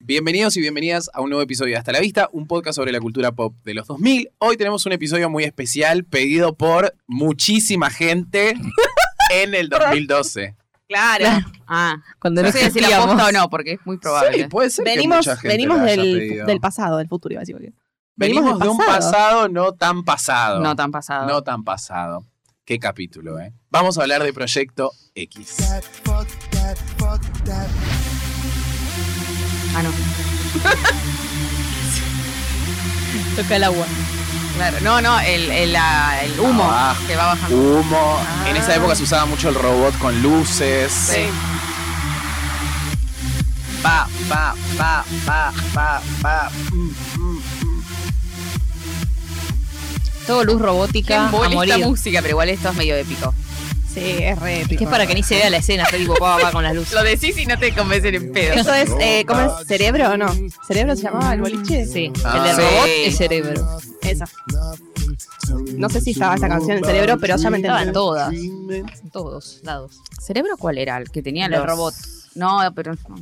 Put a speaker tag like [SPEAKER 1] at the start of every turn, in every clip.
[SPEAKER 1] Bienvenidos y bienvenidas a un nuevo episodio de Hasta la Vista, un podcast sobre la cultura pop de los 2000. Hoy tenemos un episodio muy especial pedido por muchísima gente en el 2012.
[SPEAKER 2] Claro. Ah,
[SPEAKER 3] Cuando
[SPEAKER 2] no
[SPEAKER 3] no
[SPEAKER 2] sé si la
[SPEAKER 3] existíamos.
[SPEAKER 2] posta o no, porque es muy probable.
[SPEAKER 1] Sí, puede ser
[SPEAKER 4] venimos
[SPEAKER 1] que mucha gente
[SPEAKER 4] venimos
[SPEAKER 1] la haya
[SPEAKER 4] del,
[SPEAKER 1] pedido.
[SPEAKER 4] del pasado, del futuro, iba a decir, porque-
[SPEAKER 1] Venimos,
[SPEAKER 4] venimos
[SPEAKER 1] de
[SPEAKER 4] del
[SPEAKER 1] un
[SPEAKER 4] pasado.
[SPEAKER 1] pasado no tan pasado.
[SPEAKER 2] No tan pasado.
[SPEAKER 1] No tan pasado. Qué capítulo, ¿eh? Vamos a hablar de Proyecto X.
[SPEAKER 2] Ah, no.
[SPEAKER 4] Toca el agua.
[SPEAKER 2] Claro. No, no, el, el, la- el humo
[SPEAKER 1] Ah.
[SPEAKER 2] que va bajando.
[SPEAKER 1] Humo.
[SPEAKER 2] Ah.
[SPEAKER 1] En esa época se usaba mucho el robot con luces.
[SPEAKER 2] Sí.
[SPEAKER 1] Pa, pa, pa, pa, pa, pa. Mm, mm.
[SPEAKER 3] Todo luz
[SPEAKER 2] Qué
[SPEAKER 3] robótica a
[SPEAKER 2] embole
[SPEAKER 3] morir.
[SPEAKER 2] esta música, pero igual esto es medio épico.
[SPEAKER 4] Sí, es re épico.
[SPEAKER 3] Que es para que ni se vea la escena, está tipo pa, pa, pa, con las luces.
[SPEAKER 2] Lo decís y no te convencen en pedo.
[SPEAKER 4] Eso es, eh, ¿cómo es? ¿Cerebro o no? ¿Cerebro se llamaba el boliche?
[SPEAKER 3] Sí,
[SPEAKER 1] Ah.
[SPEAKER 3] el de
[SPEAKER 1] Sí.
[SPEAKER 3] robot es cerebro.
[SPEAKER 4] Esa. No sé si estaba esta canción en Cerebro, pero ya me
[SPEAKER 3] Estaban
[SPEAKER 4] entendieron.
[SPEAKER 3] todas, en todos lados.
[SPEAKER 2] ¿Cerebro cuál era? El que tenía
[SPEAKER 3] El
[SPEAKER 2] los...
[SPEAKER 3] robot.
[SPEAKER 2] No, pero... no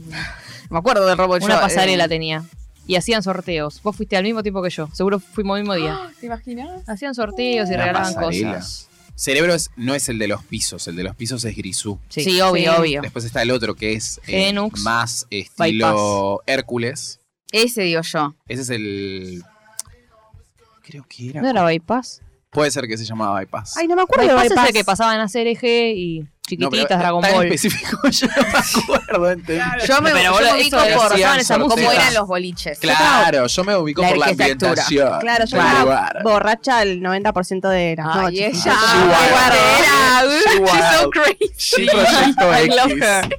[SPEAKER 2] me acuerdo del robot.
[SPEAKER 3] Una
[SPEAKER 2] yo,
[SPEAKER 3] pasarela
[SPEAKER 2] eh,
[SPEAKER 3] tenía. Y hacían sorteos. Vos fuiste al mismo tiempo que yo. Seguro fuimos el mismo día.
[SPEAKER 4] ¿Te imaginas?
[SPEAKER 3] Hacían sorteos y
[SPEAKER 1] Una
[SPEAKER 3] regalaban
[SPEAKER 1] pasarela.
[SPEAKER 3] cosas.
[SPEAKER 1] Cerebro es- no es el de los pisos, el de los pisos es Grisú.
[SPEAKER 2] Sí, obvio,
[SPEAKER 3] Sí.
[SPEAKER 2] obvio.
[SPEAKER 1] Después está el otro que es eh,
[SPEAKER 3] Genux.
[SPEAKER 1] más estilo Hércules.
[SPEAKER 2] Ese digo yo.
[SPEAKER 1] Ese es el. Creo que era.
[SPEAKER 3] ¿No era Bypass?
[SPEAKER 1] Puede ser que se llamaba Bypass.
[SPEAKER 4] Ay, no me acuerdo de
[SPEAKER 3] Bypass, es
[SPEAKER 4] Bypass.
[SPEAKER 3] el que pasaban a CRG y
[SPEAKER 1] No, pero
[SPEAKER 3] chiquititas, Dragon
[SPEAKER 1] tan
[SPEAKER 3] Ball.
[SPEAKER 1] específico yo no me acuerdo, ¿entendés?
[SPEAKER 2] Yo me,
[SPEAKER 3] Pero
[SPEAKER 2] yo
[SPEAKER 3] vos
[SPEAKER 2] me
[SPEAKER 3] lo-
[SPEAKER 2] ubico
[SPEAKER 3] eso de-
[SPEAKER 2] por
[SPEAKER 1] hacían
[SPEAKER 3] esa música.
[SPEAKER 2] cómo
[SPEAKER 1] sorteos.
[SPEAKER 2] eran los boliches.
[SPEAKER 1] Claro, yo me ubico
[SPEAKER 2] La
[SPEAKER 1] por la
[SPEAKER 2] arquitectura.
[SPEAKER 1] ambientación.
[SPEAKER 4] Claro, yo
[SPEAKER 1] del
[SPEAKER 4] era
[SPEAKER 1] lugar.
[SPEAKER 4] borracha el 90% de las
[SPEAKER 2] Ay,
[SPEAKER 4] noches.
[SPEAKER 2] ella.
[SPEAKER 1] She
[SPEAKER 2] qué
[SPEAKER 1] wild. She
[SPEAKER 2] guardera. She's so
[SPEAKER 1] wild.
[SPEAKER 2] crazy.
[SPEAKER 1] Sí, Proyecto
[SPEAKER 2] I
[SPEAKER 1] X.
[SPEAKER 2] love her.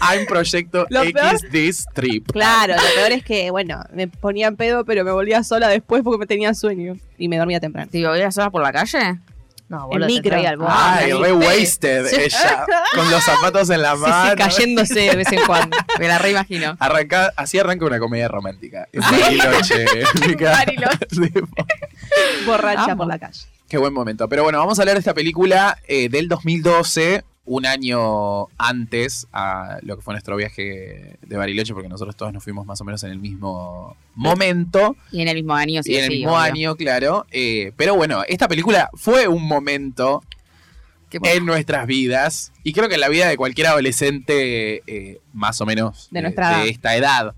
[SPEAKER 1] I'm Proyecto
[SPEAKER 4] Lo
[SPEAKER 1] X
[SPEAKER 4] peor-
[SPEAKER 1] this trip.
[SPEAKER 4] Claro, lo peor es que, bueno, me ponían pedo, pero me volvía sola después porque me tenía sueño. Y me dormía temprano.
[SPEAKER 2] Digo, ¿ir sola por la calle?
[SPEAKER 3] No, boludo, te
[SPEAKER 4] micro.
[SPEAKER 3] traía al bondi.
[SPEAKER 1] Ay, re wasted
[SPEAKER 3] Sí.
[SPEAKER 1] ella. Con los zapatos en la
[SPEAKER 3] Sí, sí,
[SPEAKER 1] mano.
[SPEAKER 3] cayéndose de vez en cuando.
[SPEAKER 2] Me la reimagino.
[SPEAKER 1] Arranca- así arranca una comedia romántica. En Bariloche. Mica. Tipo,
[SPEAKER 4] Borracha
[SPEAKER 3] Amo.
[SPEAKER 4] por la calle.
[SPEAKER 1] Qué buen momento. Pero bueno, vamos a hablar de esta película eh, del 2012, un año antes a lo que fue nuestro viaje de Bariloche, porque nosotros todos nos fuimos más o menos en el mismo momento
[SPEAKER 2] Y en el mismo año, sí.
[SPEAKER 1] y en el
[SPEAKER 2] sí,
[SPEAKER 1] mismo
[SPEAKER 2] obvio.
[SPEAKER 1] año, claro. Eh, pero bueno, esta película fue un momento
[SPEAKER 2] Qué bueno.
[SPEAKER 1] en nuestras vidas y creo que en la vida de cualquier adolescente eh, más o menos
[SPEAKER 4] De nuestra edad.
[SPEAKER 1] de esta edad.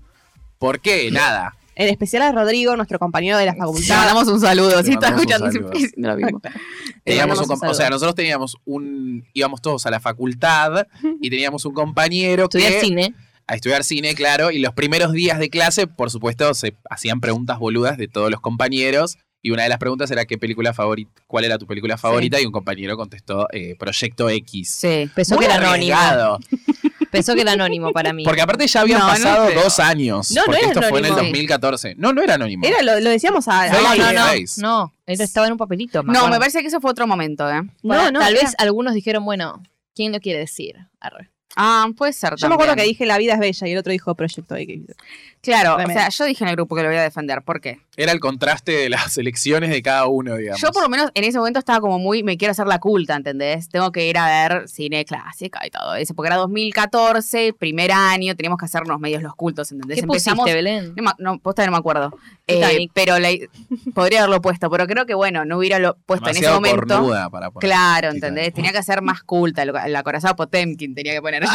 [SPEAKER 1] ¿Por qué? Nada.
[SPEAKER 4] En especial a Rodrigo, nuestro compañero de la
[SPEAKER 2] Le
[SPEAKER 4] facultad.
[SPEAKER 2] mandamos un saludo.
[SPEAKER 1] Le
[SPEAKER 2] Si está
[SPEAKER 1] mandamos un
[SPEAKER 2] escuchando,
[SPEAKER 1] saludo.
[SPEAKER 2] siempre diciendo lo mismo.
[SPEAKER 1] Teníamos
[SPEAKER 4] mandamos
[SPEAKER 1] un
[SPEAKER 4] un
[SPEAKER 1] compa- o
[SPEAKER 4] saludo.
[SPEAKER 1] sea, nosotros teníamos un. íbamos todos a la facultad y teníamos un compañero que.
[SPEAKER 3] Estudiar cine.
[SPEAKER 1] A estudiar cine, claro. Y los primeros días de clase, por supuesto, se hacían preguntas boludas de todos los compañeros. Y una de las preguntas era qué película favorita, cuál era tu película favorita, y un compañero contestó eh, Proyecto X.
[SPEAKER 2] Sí.
[SPEAKER 3] Pensó
[SPEAKER 1] Muy
[SPEAKER 3] que era anónimo.
[SPEAKER 1] arriesgado,
[SPEAKER 3] Pensó que era anónimo para mí.
[SPEAKER 1] Porque aparte ya habían
[SPEAKER 2] No, no
[SPEAKER 1] pasado
[SPEAKER 2] creo.
[SPEAKER 1] dos años.
[SPEAKER 4] No, no
[SPEAKER 1] porque
[SPEAKER 4] era
[SPEAKER 1] esto fue en el
[SPEAKER 4] anónimo.
[SPEAKER 1] 2014. No, no era anónimo.
[SPEAKER 4] Era, lo, lo decíamos a...
[SPEAKER 1] Fake
[SPEAKER 4] a-
[SPEAKER 3] no, no,
[SPEAKER 1] it,
[SPEAKER 3] no,
[SPEAKER 1] fake.
[SPEAKER 3] no, él estaba en un papelito.
[SPEAKER 2] No, me
[SPEAKER 3] parece.
[SPEAKER 2] parece que eso fue otro momento, ¿eh?
[SPEAKER 4] no, no,
[SPEAKER 3] tal
[SPEAKER 4] era-
[SPEAKER 3] vez algunos dijeron, bueno, ¿quién lo quiere decir? Arre.
[SPEAKER 2] Ah, puede ser.
[SPEAKER 4] Yo me acuerdo que
[SPEAKER 2] también.
[SPEAKER 4] dije La vida es bella y el otro dijo Proyecto X.
[SPEAKER 2] Claro, o
[SPEAKER 4] Tremendo.
[SPEAKER 2] sea, yo dije en el grupo que lo voy a defender. ¿Por qué?
[SPEAKER 1] Era el contraste de las elecciones de cada uno, digamos.
[SPEAKER 2] Yo por lo menos en ese momento estaba como muy, me quiero hacer la culta, ¿entendés? Tengo que ir a ver cine clásico y todo eso, porque era 2014, primer año, teníamos que hacernos medios los cultos, ¿entendés?
[SPEAKER 3] ¿Qué pusiste, Belén?
[SPEAKER 2] No, me- no, posta que no me acuerdo. Eh,
[SPEAKER 3] Titanic.
[SPEAKER 2] pero la- podría haberlo puesto, pero creo que bueno, no hubiera lo puesto
[SPEAKER 1] Demasiado
[SPEAKER 2] en ese momento.
[SPEAKER 1] cornuda para poner.
[SPEAKER 2] Claro,
[SPEAKER 1] Titanic.
[SPEAKER 2] ¿entendés? Tenía que ser más culta, lo- la corazada Potemkin tenía que poner yo.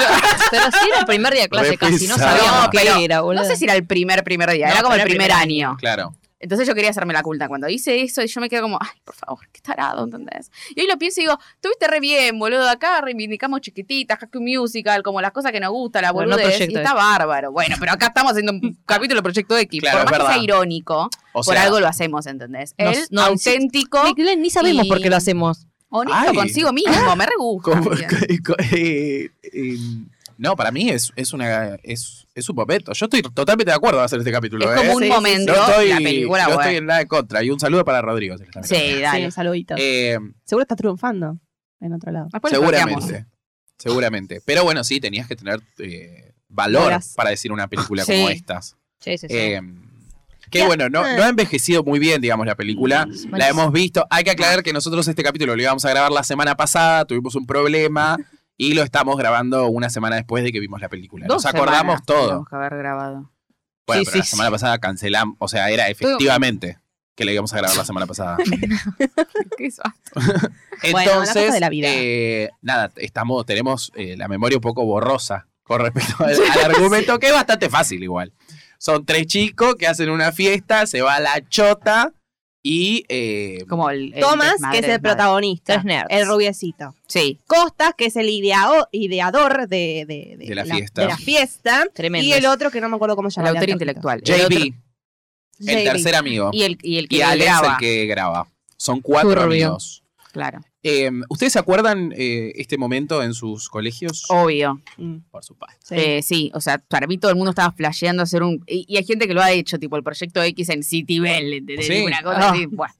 [SPEAKER 3] Pero sí era el primer día de clase casi, no
[SPEAKER 1] Repisado.
[SPEAKER 3] sabíamos
[SPEAKER 1] No,
[SPEAKER 3] qué
[SPEAKER 2] pero
[SPEAKER 3] era, boludo.
[SPEAKER 2] No sé si era el primer, primer día,
[SPEAKER 3] No,
[SPEAKER 2] era como el
[SPEAKER 3] pero
[SPEAKER 2] primer,
[SPEAKER 3] primer
[SPEAKER 2] año.
[SPEAKER 1] Claro.
[SPEAKER 2] Entonces yo quería hacerme la culta. Cuando hice eso, yo me quedo como, ay, por favor, qué tarado, ¿entendés? Y hoy lo pienso y digo, tuviste re bien, boludo, acá reivindicamos chiquititas, Hack Musical, como las cosas que nos gusta, la
[SPEAKER 3] Pero no
[SPEAKER 2] boludez,
[SPEAKER 3] Proyecto
[SPEAKER 2] y está bárbaro. Bueno, pero acá estamos haciendo un capítulo de Proyecto X.
[SPEAKER 1] Claro, es
[SPEAKER 2] por más
[SPEAKER 1] verdad.
[SPEAKER 2] que sea irónico,
[SPEAKER 1] O
[SPEAKER 2] por
[SPEAKER 1] sea,
[SPEAKER 2] algo lo hacemos, ¿entendés?
[SPEAKER 3] Nos-
[SPEAKER 2] El
[SPEAKER 3] nos-
[SPEAKER 2] auténtico,
[SPEAKER 3] Ni- Belén, ni sabemos
[SPEAKER 2] Y-
[SPEAKER 3] por qué lo hacemos.
[SPEAKER 2] honesto
[SPEAKER 1] Ay.
[SPEAKER 2] consigo mismo, me re gusta.
[SPEAKER 1] Como-
[SPEAKER 2] bien.
[SPEAKER 1] co- eh, eh, no, para mí es, es una es, es un momento. Yo estoy totalmente de acuerdo de hacer este capítulo.
[SPEAKER 2] Es
[SPEAKER 1] ¿eh?
[SPEAKER 2] como un
[SPEAKER 4] Sí, sí, sí.
[SPEAKER 2] momento,
[SPEAKER 1] no estoy,
[SPEAKER 2] la película,
[SPEAKER 1] no
[SPEAKER 2] bueno.
[SPEAKER 1] estoy en nada de contra. Y un saludo para Rodrigo. si lo está mirando.
[SPEAKER 2] Sí,
[SPEAKER 4] Sí,
[SPEAKER 2] dale.
[SPEAKER 4] un saludito.
[SPEAKER 1] Eh,
[SPEAKER 4] Seguro está triunfando en otro lado.
[SPEAKER 2] Después lo sorteamos.
[SPEAKER 1] seguramente. Seguramente. Pero bueno, sí, tenías que tener eh, valor
[SPEAKER 4] Horas.
[SPEAKER 1] para decir una película
[SPEAKER 2] Sí.
[SPEAKER 1] como estas.
[SPEAKER 3] Ah, Sí, eh. sí, sí.
[SPEAKER 1] Eh, que bueno, no, no ha envejecido muy bien, digamos, la
[SPEAKER 3] Mm,
[SPEAKER 1] película. La hemos visto.
[SPEAKER 3] Ah.
[SPEAKER 1] Hay que aclarar que nosotros este capítulo lo íbamos a grabar la semana pasada, tuvimos un problema y lo estamos grabando una semana después de que vimos la película.
[SPEAKER 2] Dos
[SPEAKER 1] Nos acordamos
[SPEAKER 2] semanas
[SPEAKER 1] todo.
[SPEAKER 2] Tenemos que haber grabado.
[SPEAKER 1] Bueno,
[SPEAKER 3] Sí,
[SPEAKER 1] pero
[SPEAKER 3] sí,
[SPEAKER 1] la semana pasada cancelamos. O sea, era efectivamente que le íbamos a grabar la semana pasada.
[SPEAKER 2] ¿Qué es?
[SPEAKER 4] Bueno, la cosa
[SPEAKER 1] Entonces,
[SPEAKER 4] de la vida.
[SPEAKER 1] eh, nada, estamos, tenemos eh, la memoria un poco borrosa con respecto al, al argumento, que es bastante fácil igual. Son tres chicos que hacen una fiesta, se va a la chota y... eh,
[SPEAKER 2] Como el, el
[SPEAKER 4] Tomás, que
[SPEAKER 2] desmadre
[SPEAKER 4] es el
[SPEAKER 2] del padre.
[SPEAKER 4] protagonista.
[SPEAKER 3] Tres nerds.
[SPEAKER 4] El rubiecito.
[SPEAKER 2] Sí.
[SPEAKER 4] Costas, que es el ideao- ideador de, de- de
[SPEAKER 1] De la fiesta.
[SPEAKER 4] de la fiesta.
[SPEAKER 3] Tremendo.
[SPEAKER 4] Y el otro que no me acuerdo cómo se
[SPEAKER 2] El
[SPEAKER 4] llama.
[SPEAKER 2] autor
[SPEAKER 4] el
[SPEAKER 2] intelectual. El
[SPEAKER 1] JB,
[SPEAKER 2] otro-
[SPEAKER 1] el,
[SPEAKER 4] JB.
[SPEAKER 1] tercer amigo. Y,
[SPEAKER 2] Y el, y el que
[SPEAKER 1] Alex,
[SPEAKER 2] graba.
[SPEAKER 1] el que graba. Son cuatro
[SPEAKER 3] Turbio.
[SPEAKER 1] amigos.
[SPEAKER 2] Claro.
[SPEAKER 1] Eh, ¿Ustedes se acuerdan eh, este momento en sus colegios?
[SPEAKER 2] Obvio.
[SPEAKER 4] Mm,
[SPEAKER 1] Por supuesto.
[SPEAKER 4] sí.
[SPEAKER 2] Eh, sí, o sea, para mí todo el mundo estaba flasheando hacer un. Y, y hay gente que lo ha hecho, tipo el proyecto X en City Bell, ¿entendés?
[SPEAKER 1] Sí.
[SPEAKER 2] Una cosa así, buah.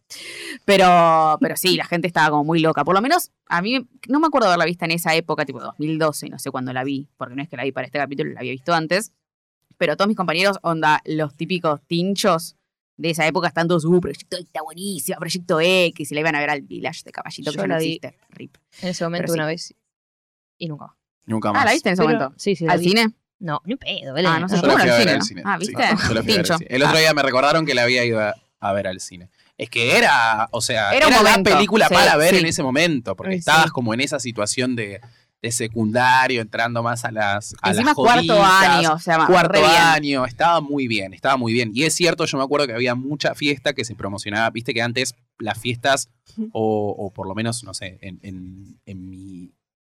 [SPEAKER 2] Pero, pero sí, la gente estaba como muy loca. Por lo menos a mí no me acuerdo haberla vista en esa época, tipo 2012, no sé cuándo la vi, porque no es que la vi para este capítulo, la había visto antes. Pero todos mis compañeros, onda, los típicos tinchos de esa época están todos, uh, proyecto X está buenísima, proyecto X, y la iban a ver al Village de Caballito, que
[SPEAKER 3] Yo
[SPEAKER 2] ya no
[SPEAKER 3] la vi.
[SPEAKER 2] existe. Rip.
[SPEAKER 3] En ese momento
[SPEAKER 2] Pero sí.
[SPEAKER 3] una vez. Y nunca más.
[SPEAKER 1] Nunca más.
[SPEAKER 2] Ah, la viste en ese
[SPEAKER 3] Pero-
[SPEAKER 2] momento.
[SPEAKER 3] Sí, sí. la
[SPEAKER 2] ¿Al
[SPEAKER 3] vi.
[SPEAKER 2] cine?
[SPEAKER 3] No, ni un pedo,
[SPEAKER 2] Ah,
[SPEAKER 3] Belén.
[SPEAKER 2] no sé.
[SPEAKER 1] Yo
[SPEAKER 2] Bueno,
[SPEAKER 1] la fui
[SPEAKER 2] al
[SPEAKER 1] a ver
[SPEAKER 2] cine,
[SPEAKER 1] al
[SPEAKER 2] ¿no?
[SPEAKER 1] cine.
[SPEAKER 2] Ah,
[SPEAKER 1] Sí,
[SPEAKER 2] ¿viste?
[SPEAKER 1] yo la fui a ver al
[SPEAKER 2] Pincho. Ah.
[SPEAKER 1] cine. El otro día me recordaron que la había ido a, a ver al cine. Es que era, o sea,
[SPEAKER 2] Era
[SPEAKER 1] era,
[SPEAKER 2] un
[SPEAKER 1] la
[SPEAKER 2] momento.
[SPEAKER 1] película
[SPEAKER 2] Sí,
[SPEAKER 1] para ver
[SPEAKER 2] sí.
[SPEAKER 1] en ese momento, porque
[SPEAKER 4] Ay, sí.
[SPEAKER 1] estabas como en esa situación de, de secundario, entrando más a las a las
[SPEAKER 2] Encima cuarto
[SPEAKER 1] joditas,
[SPEAKER 2] año, o sea, Ah, re
[SPEAKER 1] Cuarto
[SPEAKER 2] bien.
[SPEAKER 1] año, estaba muy bien, estaba muy bien. Y es cierto, yo me acuerdo que había mucha fiesta que se promocionaba. Viste que antes las fiestas, o, o por lo menos, no sé, en, en- en mi